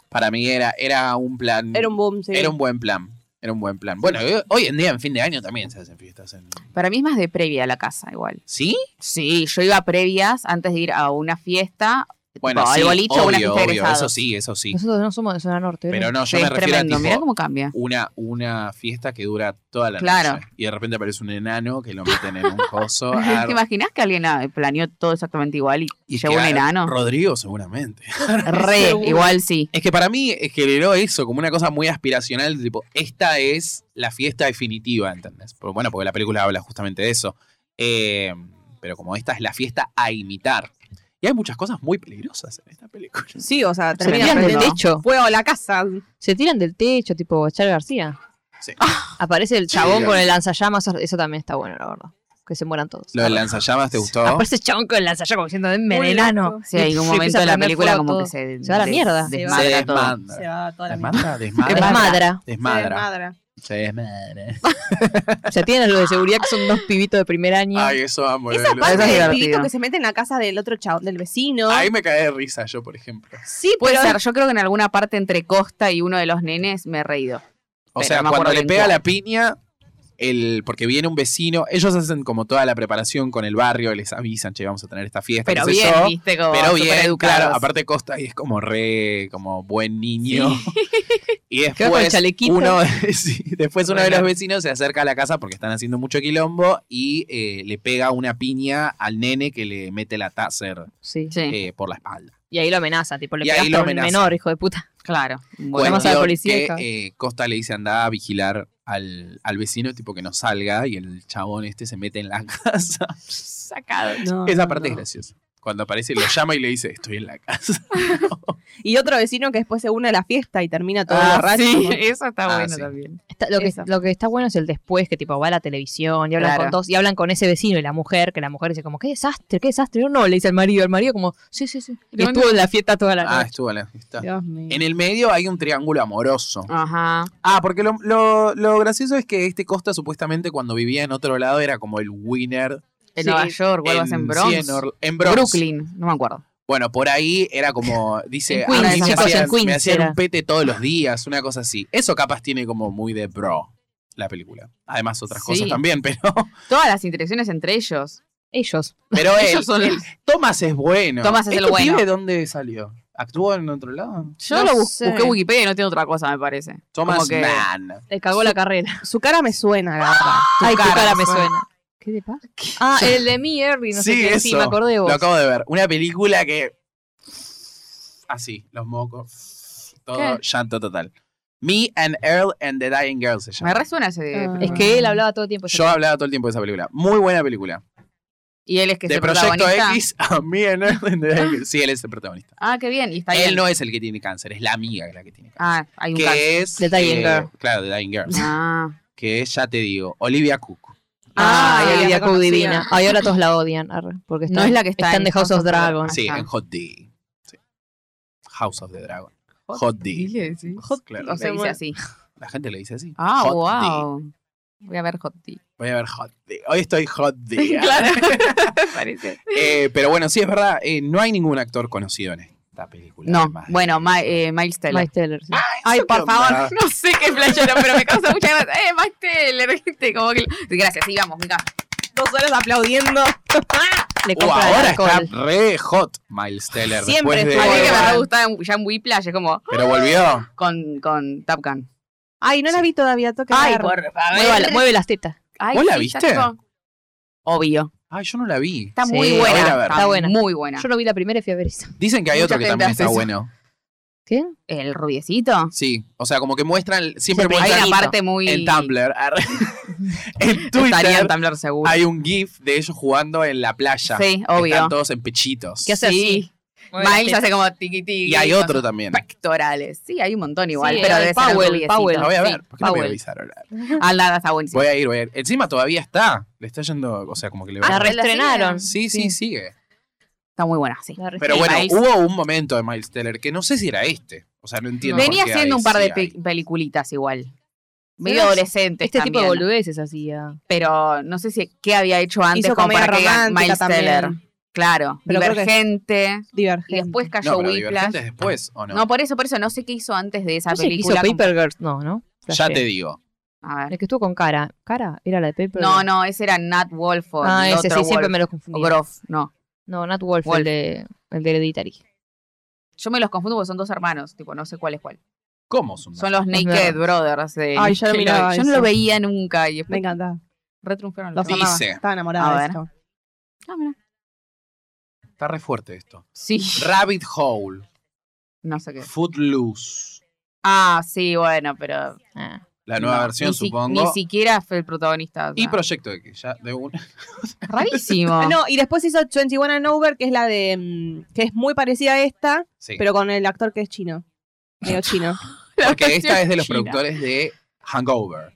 [SPEAKER 1] Para mí era, era un plan.
[SPEAKER 4] Era un boom, sí.
[SPEAKER 1] Mm. era un buen plan. Era un buen plan. Bueno, eh, hoy en día, en fin de año, también se hacen fiestas. en-
[SPEAKER 2] Para mí es más de previa a la casa, igual.
[SPEAKER 1] ¿Sí?
[SPEAKER 2] Sí, yo iba a previas antes de ir a una fiesta,
[SPEAKER 1] Bueno,
[SPEAKER 2] tipo,
[SPEAKER 1] sí,
[SPEAKER 2] al boliche o una
[SPEAKER 1] obvio,
[SPEAKER 2] fiesta de
[SPEAKER 1] obvio.
[SPEAKER 2] egresados.
[SPEAKER 1] Eso sí, eso sí.
[SPEAKER 3] Nosotros no somos de zona norte. ¿verdad?
[SPEAKER 1] Pero no, yo
[SPEAKER 2] Sí,
[SPEAKER 1] me
[SPEAKER 2] es
[SPEAKER 1] refiero a
[SPEAKER 2] tremendo, mirá
[SPEAKER 1] tipo
[SPEAKER 2] cómo cambia.
[SPEAKER 1] una, una fiesta que dura toda la
[SPEAKER 2] Claro.
[SPEAKER 1] noche. Y de repente aparece un enano que lo meten en un coso. ar-
[SPEAKER 2] ¿Te imaginas que alguien ah, planeó todo exactamente igual y,
[SPEAKER 1] y
[SPEAKER 2] llegó
[SPEAKER 1] que
[SPEAKER 2] un
[SPEAKER 1] a-
[SPEAKER 2] enano?
[SPEAKER 1] Rodrigo, seguramente.
[SPEAKER 2] Re,
[SPEAKER 4] Seguro.
[SPEAKER 2] igual sí.
[SPEAKER 1] Es que para mí eh, generó eso, como una cosa muy aspiracional, tipo, esta es la fiesta definitiva, ¿entendés? Pero bueno, porque la película habla justamente de eso. Eh, pero como esta es la fiesta a imitar. Y hay muchas cosas muy peligrosas en esta película.
[SPEAKER 4] Sí, o sea,
[SPEAKER 3] Se
[SPEAKER 4] terminas
[SPEAKER 3] tiran
[SPEAKER 2] Tremendo.
[SPEAKER 3] del
[SPEAKER 4] prendiendo
[SPEAKER 3] techo.
[SPEAKER 4] fuego a la casa.
[SPEAKER 3] Se tiran del techo, tipo Char García.
[SPEAKER 1] Sí.
[SPEAKER 3] Aparece el chabón
[SPEAKER 1] Sí,
[SPEAKER 3] con el lanzallamas. eso- Eso también está bueno, la verdad. Que se mueran todos.
[SPEAKER 1] Lo del lanzallamas, ¿te gustó?
[SPEAKER 3] Aparece el chabón con el lanzallamas como diciendo, denme
[SPEAKER 4] Muy
[SPEAKER 3] el enano.
[SPEAKER 4] loco.
[SPEAKER 2] Sí, hay un
[SPEAKER 3] Se
[SPEAKER 2] momento
[SPEAKER 3] empieza a
[SPEAKER 2] de la
[SPEAKER 3] prender
[SPEAKER 2] película
[SPEAKER 3] fuego
[SPEAKER 2] como que
[SPEAKER 3] todo.
[SPEAKER 2] se,
[SPEAKER 3] Se va a la
[SPEAKER 2] des-
[SPEAKER 3] mierda.
[SPEAKER 1] Se
[SPEAKER 2] desmadra todo.
[SPEAKER 4] Se va toda la mierda.
[SPEAKER 1] Desmanda,
[SPEAKER 3] Es
[SPEAKER 1] desmadra,
[SPEAKER 3] madra.
[SPEAKER 1] desmadra,
[SPEAKER 4] Madra.
[SPEAKER 1] desmadra.
[SPEAKER 3] O sea, tienen a los de seguridad que son dos pibitos de primer año.
[SPEAKER 1] Ay, eso amo.
[SPEAKER 4] Esa
[SPEAKER 1] Lolo.
[SPEAKER 4] parte
[SPEAKER 2] Eso es
[SPEAKER 4] del
[SPEAKER 2] divertido.
[SPEAKER 4] pibito que se mete en la casa del otro chavo, del vecino.
[SPEAKER 1] Ahí me caí de risa yo, por ejemplo.
[SPEAKER 4] sí,
[SPEAKER 2] Puede
[SPEAKER 4] pero
[SPEAKER 2] ser, yo creo que en alguna parte entre Costa y uno de los nenes me he reído.
[SPEAKER 1] O
[SPEAKER 2] Pero
[SPEAKER 1] sea,
[SPEAKER 2] no me
[SPEAKER 1] cuando
[SPEAKER 2] acuerdo
[SPEAKER 1] le
[SPEAKER 2] bien
[SPEAKER 1] pega
[SPEAKER 2] cuál.
[SPEAKER 1] la piña, el, porque viene un vecino, ellos hacen como toda la preparación con el barrio, les avisan, che, vamos a tener esta fiesta,
[SPEAKER 2] Pero
[SPEAKER 1] qué sé
[SPEAKER 2] bien,
[SPEAKER 1] yo.
[SPEAKER 2] viste, como
[SPEAKER 1] Pero bien,
[SPEAKER 2] supereducados.
[SPEAKER 1] claro, aparte Costa ahí es como re, como buen niño. Y
[SPEAKER 3] Queda con el
[SPEAKER 1] después
[SPEAKER 3] chalequito.
[SPEAKER 1] uno, sí, después uno de
[SPEAKER 3] Bueno.
[SPEAKER 1] los vecinos se acerca a la casa porque están haciendo mucho quilombo y eh, le pega una piña al nene que le mete la taser
[SPEAKER 3] Sí.
[SPEAKER 2] Sí,
[SPEAKER 1] eh, por la espalda.
[SPEAKER 3] Y ahí lo amenaza, tipo, le
[SPEAKER 1] Y ahí
[SPEAKER 3] pegaste
[SPEAKER 1] lo
[SPEAKER 3] a un
[SPEAKER 1] amenaza.
[SPEAKER 3] menor, hijo de puta.
[SPEAKER 2] claro. Bueno,
[SPEAKER 3] Llamas a la
[SPEAKER 1] Cuestión
[SPEAKER 3] policía,
[SPEAKER 1] que,
[SPEAKER 3] cabrón.
[SPEAKER 1] eh, Costa le dice anda a vigilar al, al vecino, tipo que no salga, y el chabón este se mete en la casa.
[SPEAKER 2] sacado.
[SPEAKER 4] No,
[SPEAKER 1] Esa
[SPEAKER 4] no,
[SPEAKER 1] parte es
[SPEAKER 4] no.
[SPEAKER 1] graciosa. Cuando aparece, lo llama y le dice, estoy en la casa.
[SPEAKER 4] Y otro vecino que después se une a la fiesta y termina todo borracho.
[SPEAKER 2] Ah, sí, eso está
[SPEAKER 1] Ah,
[SPEAKER 2] bueno
[SPEAKER 1] sí.
[SPEAKER 2] también.
[SPEAKER 3] Está- lo, que,
[SPEAKER 4] Eso.
[SPEAKER 3] lo que está bueno es el después, que tipo va a la televisión y hablan
[SPEAKER 2] Claro.
[SPEAKER 3] con dos, y hablan con ese vecino y la mujer, que la mujer dice como, qué desastre, qué desastre. Yo, no, le dice al marido, al marido como, sí, sí, sí. Y
[SPEAKER 2] No,
[SPEAKER 3] estuvo en la fiesta toda la
[SPEAKER 1] Ah,
[SPEAKER 3] noche.
[SPEAKER 1] estuvo en la fiesta.
[SPEAKER 4] Dios mío.
[SPEAKER 1] En el medio hay un triángulo amoroso.
[SPEAKER 2] Ajá.
[SPEAKER 1] Ah, porque lo, lo- lo gracioso es que este Costa supuestamente cuando vivía en otro lado era como el winner.
[SPEAKER 2] En
[SPEAKER 4] Sí.
[SPEAKER 2] Nueva York, vuelvas
[SPEAKER 1] sí,
[SPEAKER 2] en Bronx.
[SPEAKER 1] en Or- en Bronx.
[SPEAKER 2] Brooklyn, no me acuerdo.
[SPEAKER 1] Bueno, por ahí era como, dice,
[SPEAKER 3] En Queens,
[SPEAKER 1] "A mí me,
[SPEAKER 2] chicos,
[SPEAKER 1] hacían,
[SPEAKER 3] en Queens
[SPEAKER 1] me hacían
[SPEAKER 3] era.
[SPEAKER 1] un pete todos los días, una cosa así. Eso capaz tiene como muy de bro la película. Además otras
[SPEAKER 2] Sí.
[SPEAKER 1] cosas también, pero,
[SPEAKER 2] Todas las interacciones entre ellos. Eh,
[SPEAKER 3] Ellos.
[SPEAKER 1] pero él,
[SPEAKER 2] ellos son
[SPEAKER 1] él- Thomas es bueno.
[SPEAKER 2] Thomas es
[SPEAKER 1] ¿Este
[SPEAKER 2] el bueno.
[SPEAKER 1] pibe dónde salió? ¿Actuó en otro lado?
[SPEAKER 2] Yo
[SPEAKER 3] No
[SPEAKER 2] lo bus-
[SPEAKER 3] sé.
[SPEAKER 2] busqué en Wikipedia y no tiene otra cosa, me parece.
[SPEAKER 1] Thomas
[SPEAKER 2] Como que-
[SPEAKER 1] Mann.
[SPEAKER 3] Le cagó la carrera.
[SPEAKER 4] Su cara me suena, la verdad.
[SPEAKER 3] Ay, tu
[SPEAKER 2] cara
[SPEAKER 3] cara
[SPEAKER 2] me
[SPEAKER 3] me
[SPEAKER 2] suena.
[SPEAKER 3] suena. ¿Qué te pasa? Ah,
[SPEAKER 2] eh,
[SPEAKER 3] el de mi Erry, no
[SPEAKER 1] Sí,
[SPEAKER 3] sé qué. Sí,
[SPEAKER 1] eso.
[SPEAKER 3] me acordé de
[SPEAKER 1] Lo
[SPEAKER 3] vos.
[SPEAKER 1] acabo de ver. Una película que... Así, los mocos. Todo
[SPEAKER 2] ¿Qué?
[SPEAKER 1] llanto total. Me and Earl and the Dying Girl se llama.
[SPEAKER 2] Me resuena ese.
[SPEAKER 4] Ah.
[SPEAKER 3] Es que él hablaba todo el tiempo.
[SPEAKER 1] Yo hablaba todo el tiempo de esa película. Muy buena película.
[SPEAKER 2] Y él es que es
[SPEAKER 1] de
[SPEAKER 2] el
[SPEAKER 1] Proyecto
[SPEAKER 2] protagonista.
[SPEAKER 1] X a mí en Orden de Ángel. Sí, él es el protagonista.
[SPEAKER 2] Ah, qué bien. Y está
[SPEAKER 1] Él
[SPEAKER 2] bien.
[SPEAKER 1] no es el que tiene cáncer, es la amiga la que tiene cáncer.
[SPEAKER 2] Ah, hay un cáncer.
[SPEAKER 1] que es. eh,
[SPEAKER 3] The Dying Girl.
[SPEAKER 1] Claro, The Dying Girl.
[SPEAKER 2] Ah.
[SPEAKER 1] Que es, ya te digo, Olivia Cook.
[SPEAKER 3] Ah,
[SPEAKER 2] Ah,
[SPEAKER 3] y
[SPEAKER 2] la
[SPEAKER 3] Olivia Cook
[SPEAKER 4] reconocía.
[SPEAKER 3] divina. Ay, ahora todos la odian. arre, porque
[SPEAKER 2] No
[SPEAKER 3] están-
[SPEAKER 2] es la que está
[SPEAKER 3] están de House of Dragon.
[SPEAKER 1] Sí,
[SPEAKER 2] Ajá.
[SPEAKER 1] en Hot D. Sí. House of the Dragon. Hot D. Hot- claro,
[SPEAKER 2] O se dice
[SPEAKER 4] bueno.
[SPEAKER 2] así.
[SPEAKER 1] La gente le dice así.
[SPEAKER 2] Ah,
[SPEAKER 1] Hot D.
[SPEAKER 2] wow. Voy a ver Hot Tea.
[SPEAKER 1] Voy a ver Hot D. Hoy estoy Hot D. ¿ah?
[SPEAKER 2] Parece.
[SPEAKER 1] Eh, pero bueno, sí, es verdad. eh, no hay ningún actor conocido en esta película.
[SPEAKER 2] No,
[SPEAKER 1] además de-
[SPEAKER 2] bueno, Ma- eh, Miles Teller.
[SPEAKER 3] Miles Teller, sí.
[SPEAKER 2] Ay,
[SPEAKER 1] ¿Eso
[SPEAKER 2] por
[SPEAKER 1] qué onda?
[SPEAKER 2] favor, no sé qué flashero, pero me causa mucha gracia. Eh, Miles Teller, ¿viste? Como que... Gracias, sí, vamos, mira.
[SPEAKER 4] Dos horas aplaudiendo.
[SPEAKER 3] Le
[SPEAKER 1] Uh,
[SPEAKER 3] compra el
[SPEAKER 1] ahora
[SPEAKER 3] alcohol.
[SPEAKER 1] está re hot Miles Teller. después
[SPEAKER 4] Siempre
[SPEAKER 1] de-
[SPEAKER 4] estuvo
[SPEAKER 2] A mí que me
[SPEAKER 4] bueno.
[SPEAKER 2] ha gustado ya en Whiplash, es como
[SPEAKER 1] Pero volvió.
[SPEAKER 2] con, con Top Gun.
[SPEAKER 4] Ay, no la vi todavía, toca
[SPEAKER 2] Ay,
[SPEAKER 4] ver.
[SPEAKER 2] por
[SPEAKER 3] Mueva
[SPEAKER 2] favor.
[SPEAKER 3] la- mueve las tetas.
[SPEAKER 2] Ay,
[SPEAKER 1] ¿Vos la
[SPEAKER 2] ya
[SPEAKER 1] viste?
[SPEAKER 2] estuvo. Obvio.
[SPEAKER 1] Ay, yo no la vi.
[SPEAKER 2] Está
[SPEAKER 3] Sí,
[SPEAKER 2] muy
[SPEAKER 3] la
[SPEAKER 1] voy a ir
[SPEAKER 2] buena.
[SPEAKER 1] a ver.
[SPEAKER 2] Está
[SPEAKER 3] Está buena.
[SPEAKER 2] muy buena.
[SPEAKER 3] Yo no vi la primera y fui a ver esa.
[SPEAKER 1] Dicen que hay
[SPEAKER 2] Mucha
[SPEAKER 1] otro que
[SPEAKER 2] gente
[SPEAKER 1] también está
[SPEAKER 2] hace eso.
[SPEAKER 1] bueno.
[SPEAKER 3] ¿Qué?
[SPEAKER 2] ¿El rubiecito?
[SPEAKER 1] Sí, o sea, como que muestran, siempre
[SPEAKER 3] Siempre
[SPEAKER 2] Hay
[SPEAKER 1] muestran
[SPEAKER 2] una parte muy...
[SPEAKER 1] en Tumblr. arre. en
[SPEAKER 2] Estaría en
[SPEAKER 1] Twitter
[SPEAKER 2] Tumblr seguro.
[SPEAKER 1] hay un GIF de ellos jugando en la playa.
[SPEAKER 2] sí,
[SPEAKER 1] Que
[SPEAKER 2] obvio.
[SPEAKER 1] Están todos en pechitos.
[SPEAKER 3] ¿Qué hace
[SPEAKER 2] Sí.
[SPEAKER 3] así?
[SPEAKER 2] Mike ya hace como tiqui tiqui.
[SPEAKER 1] Y hay
[SPEAKER 2] con
[SPEAKER 1] otro
[SPEAKER 2] sus
[SPEAKER 1] también.
[SPEAKER 2] Pectorales. Sí, hay un montón igual,
[SPEAKER 3] Sí,
[SPEAKER 2] pero
[SPEAKER 3] el
[SPEAKER 2] debe ser el
[SPEAKER 3] Powell,
[SPEAKER 2] rubiecito.
[SPEAKER 3] Powell.
[SPEAKER 1] La voy a
[SPEAKER 3] sí,
[SPEAKER 1] ver. ¿Por qué no me voy a
[SPEAKER 3] Powell.
[SPEAKER 1] avisar ahora?
[SPEAKER 2] Ah, nada, está buenísimo.
[SPEAKER 1] Voy a ir, voy a ir. Encima todavía está. Le está yendo, o sea, como que le va.
[SPEAKER 3] La
[SPEAKER 2] Ah,
[SPEAKER 3] reestrenaron.
[SPEAKER 1] sí, sí, sigue.
[SPEAKER 2] Está muy buena, sí.
[SPEAKER 3] La reestrenaron.
[SPEAKER 1] Pero
[SPEAKER 2] Sí,
[SPEAKER 1] bueno,
[SPEAKER 2] Miles.
[SPEAKER 1] hubo un momento de Miles Teller que no sé si era este. O sea, no entiendo. por
[SPEAKER 2] Venía
[SPEAKER 1] qué
[SPEAKER 2] haciendo
[SPEAKER 1] ahí
[SPEAKER 2] un par de
[SPEAKER 1] sí hay.
[SPEAKER 2] pe- peliculitas igual. Medio
[SPEAKER 3] Pero
[SPEAKER 2] adolescentes
[SPEAKER 3] Este tipo de
[SPEAKER 2] también,
[SPEAKER 3] boludeces hacía.
[SPEAKER 2] Pero no sé si qué había hecho antes
[SPEAKER 4] Hizo
[SPEAKER 2] como para que
[SPEAKER 4] comedia
[SPEAKER 2] digan
[SPEAKER 4] romántica
[SPEAKER 2] Miles
[SPEAKER 4] también.
[SPEAKER 2] Teller. Claro,
[SPEAKER 4] Pero creo que-
[SPEAKER 2] Divergente. Y
[SPEAKER 4] Divergente.
[SPEAKER 2] después cayó
[SPEAKER 1] No, pero
[SPEAKER 2] Whiplash.
[SPEAKER 1] Divergentes después, ¿o no?
[SPEAKER 2] No, por eso, por eso, no sé qué hizo antes de esa
[SPEAKER 3] No sé, hizo
[SPEAKER 2] película. con-
[SPEAKER 3] Paper Girls. No, ¿no?
[SPEAKER 1] ya
[SPEAKER 3] Flashé.
[SPEAKER 1] te digo.
[SPEAKER 2] A ver.
[SPEAKER 3] El que estuvo con Cara. ¿Cara? ¿Era la de Paper
[SPEAKER 2] No,
[SPEAKER 3] Girls?
[SPEAKER 2] no, ese era Nat Wolf o
[SPEAKER 3] Ah,
[SPEAKER 2] el
[SPEAKER 3] ese
[SPEAKER 2] otro
[SPEAKER 3] sí, siempre
[SPEAKER 2] Wolf,
[SPEAKER 3] me lo
[SPEAKER 2] o
[SPEAKER 3] confundí.
[SPEAKER 2] Groff, no.
[SPEAKER 3] No, Nat Wolf,
[SPEAKER 2] Wolf.
[SPEAKER 3] El, de, el de Hereditary.
[SPEAKER 2] Yo me los confundo porque son dos hermanos, tipo, no sé cuál es cuál.
[SPEAKER 1] ¿Cómo son?
[SPEAKER 2] Son los Naked
[SPEAKER 3] verdad.
[SPEAKER 2] Brothers de
[SPEAKER 4] Ay, yo lo
[SPEAKER 2] Nickelodeon.
[SPEAKER 4] miraba
[SPEAKER 2] Yo no
[SPEAKER 4] eso.
[SPEAKER 2] lo veía nunca y
[SPEAKER 4] Me
[SPEAKER 2] después
[SPEAKER 4] encanta.
[SPEAKER 2] retriunfaron
[SPEAKER 4] Lo
[SPEAKER 2] los
[SPEAKER 1] Dice.
[SPEAKER 4] amaba.
[SPEAKER 2] hermanos.
[SPEAKER 4] Estaba enamorada
[SPEAKER 2] A
[SPEAKER 4] de
[SPEAKER 2] ver.
[SPEAKER 4] esto.
[SPEAKER 2] Ah, mira.
[SPEAKER 1] Está re fuerte esto.
[SPEAKER 2] Sí,
[SPEAKER 1] Rabbit Hole,
[SPEAKER 2] no sé qué.
[SPEAKER 1] Footloose.
[SPEAKER 2] Ah, sí, bueno, pero
[SPEAKER 3] Ah.
[SPEAKER 1] La nueva
[SPEAKER 2] no,
[SPEAKER 1] versión,
[SPEAKER 2] ni si-
[SPEAKER 1] supongo.
[SPEAKER 2] Ni siquiera fue el protagonista. o sea,
[SPEAKER 1] y Proyecto de que ya de una.
[SPEAKER 2] rarísimo.
[SPEAKER 4] Ah, no, y después hizo 21 and Over, que es la de. mm, que es muy parecida a esta,
[SPEAKER 1] Sí.
[SPEAKER 4] pero con el actor que es chino. Medio chino.
[SPEAKER 2] La
[SPEAKER 1] porque esta
[SPEAKER 2] versión
[SPEAKER 1] es de los
[SPEAKER 2] china.
[SPEAKER 1] productores de Hangover.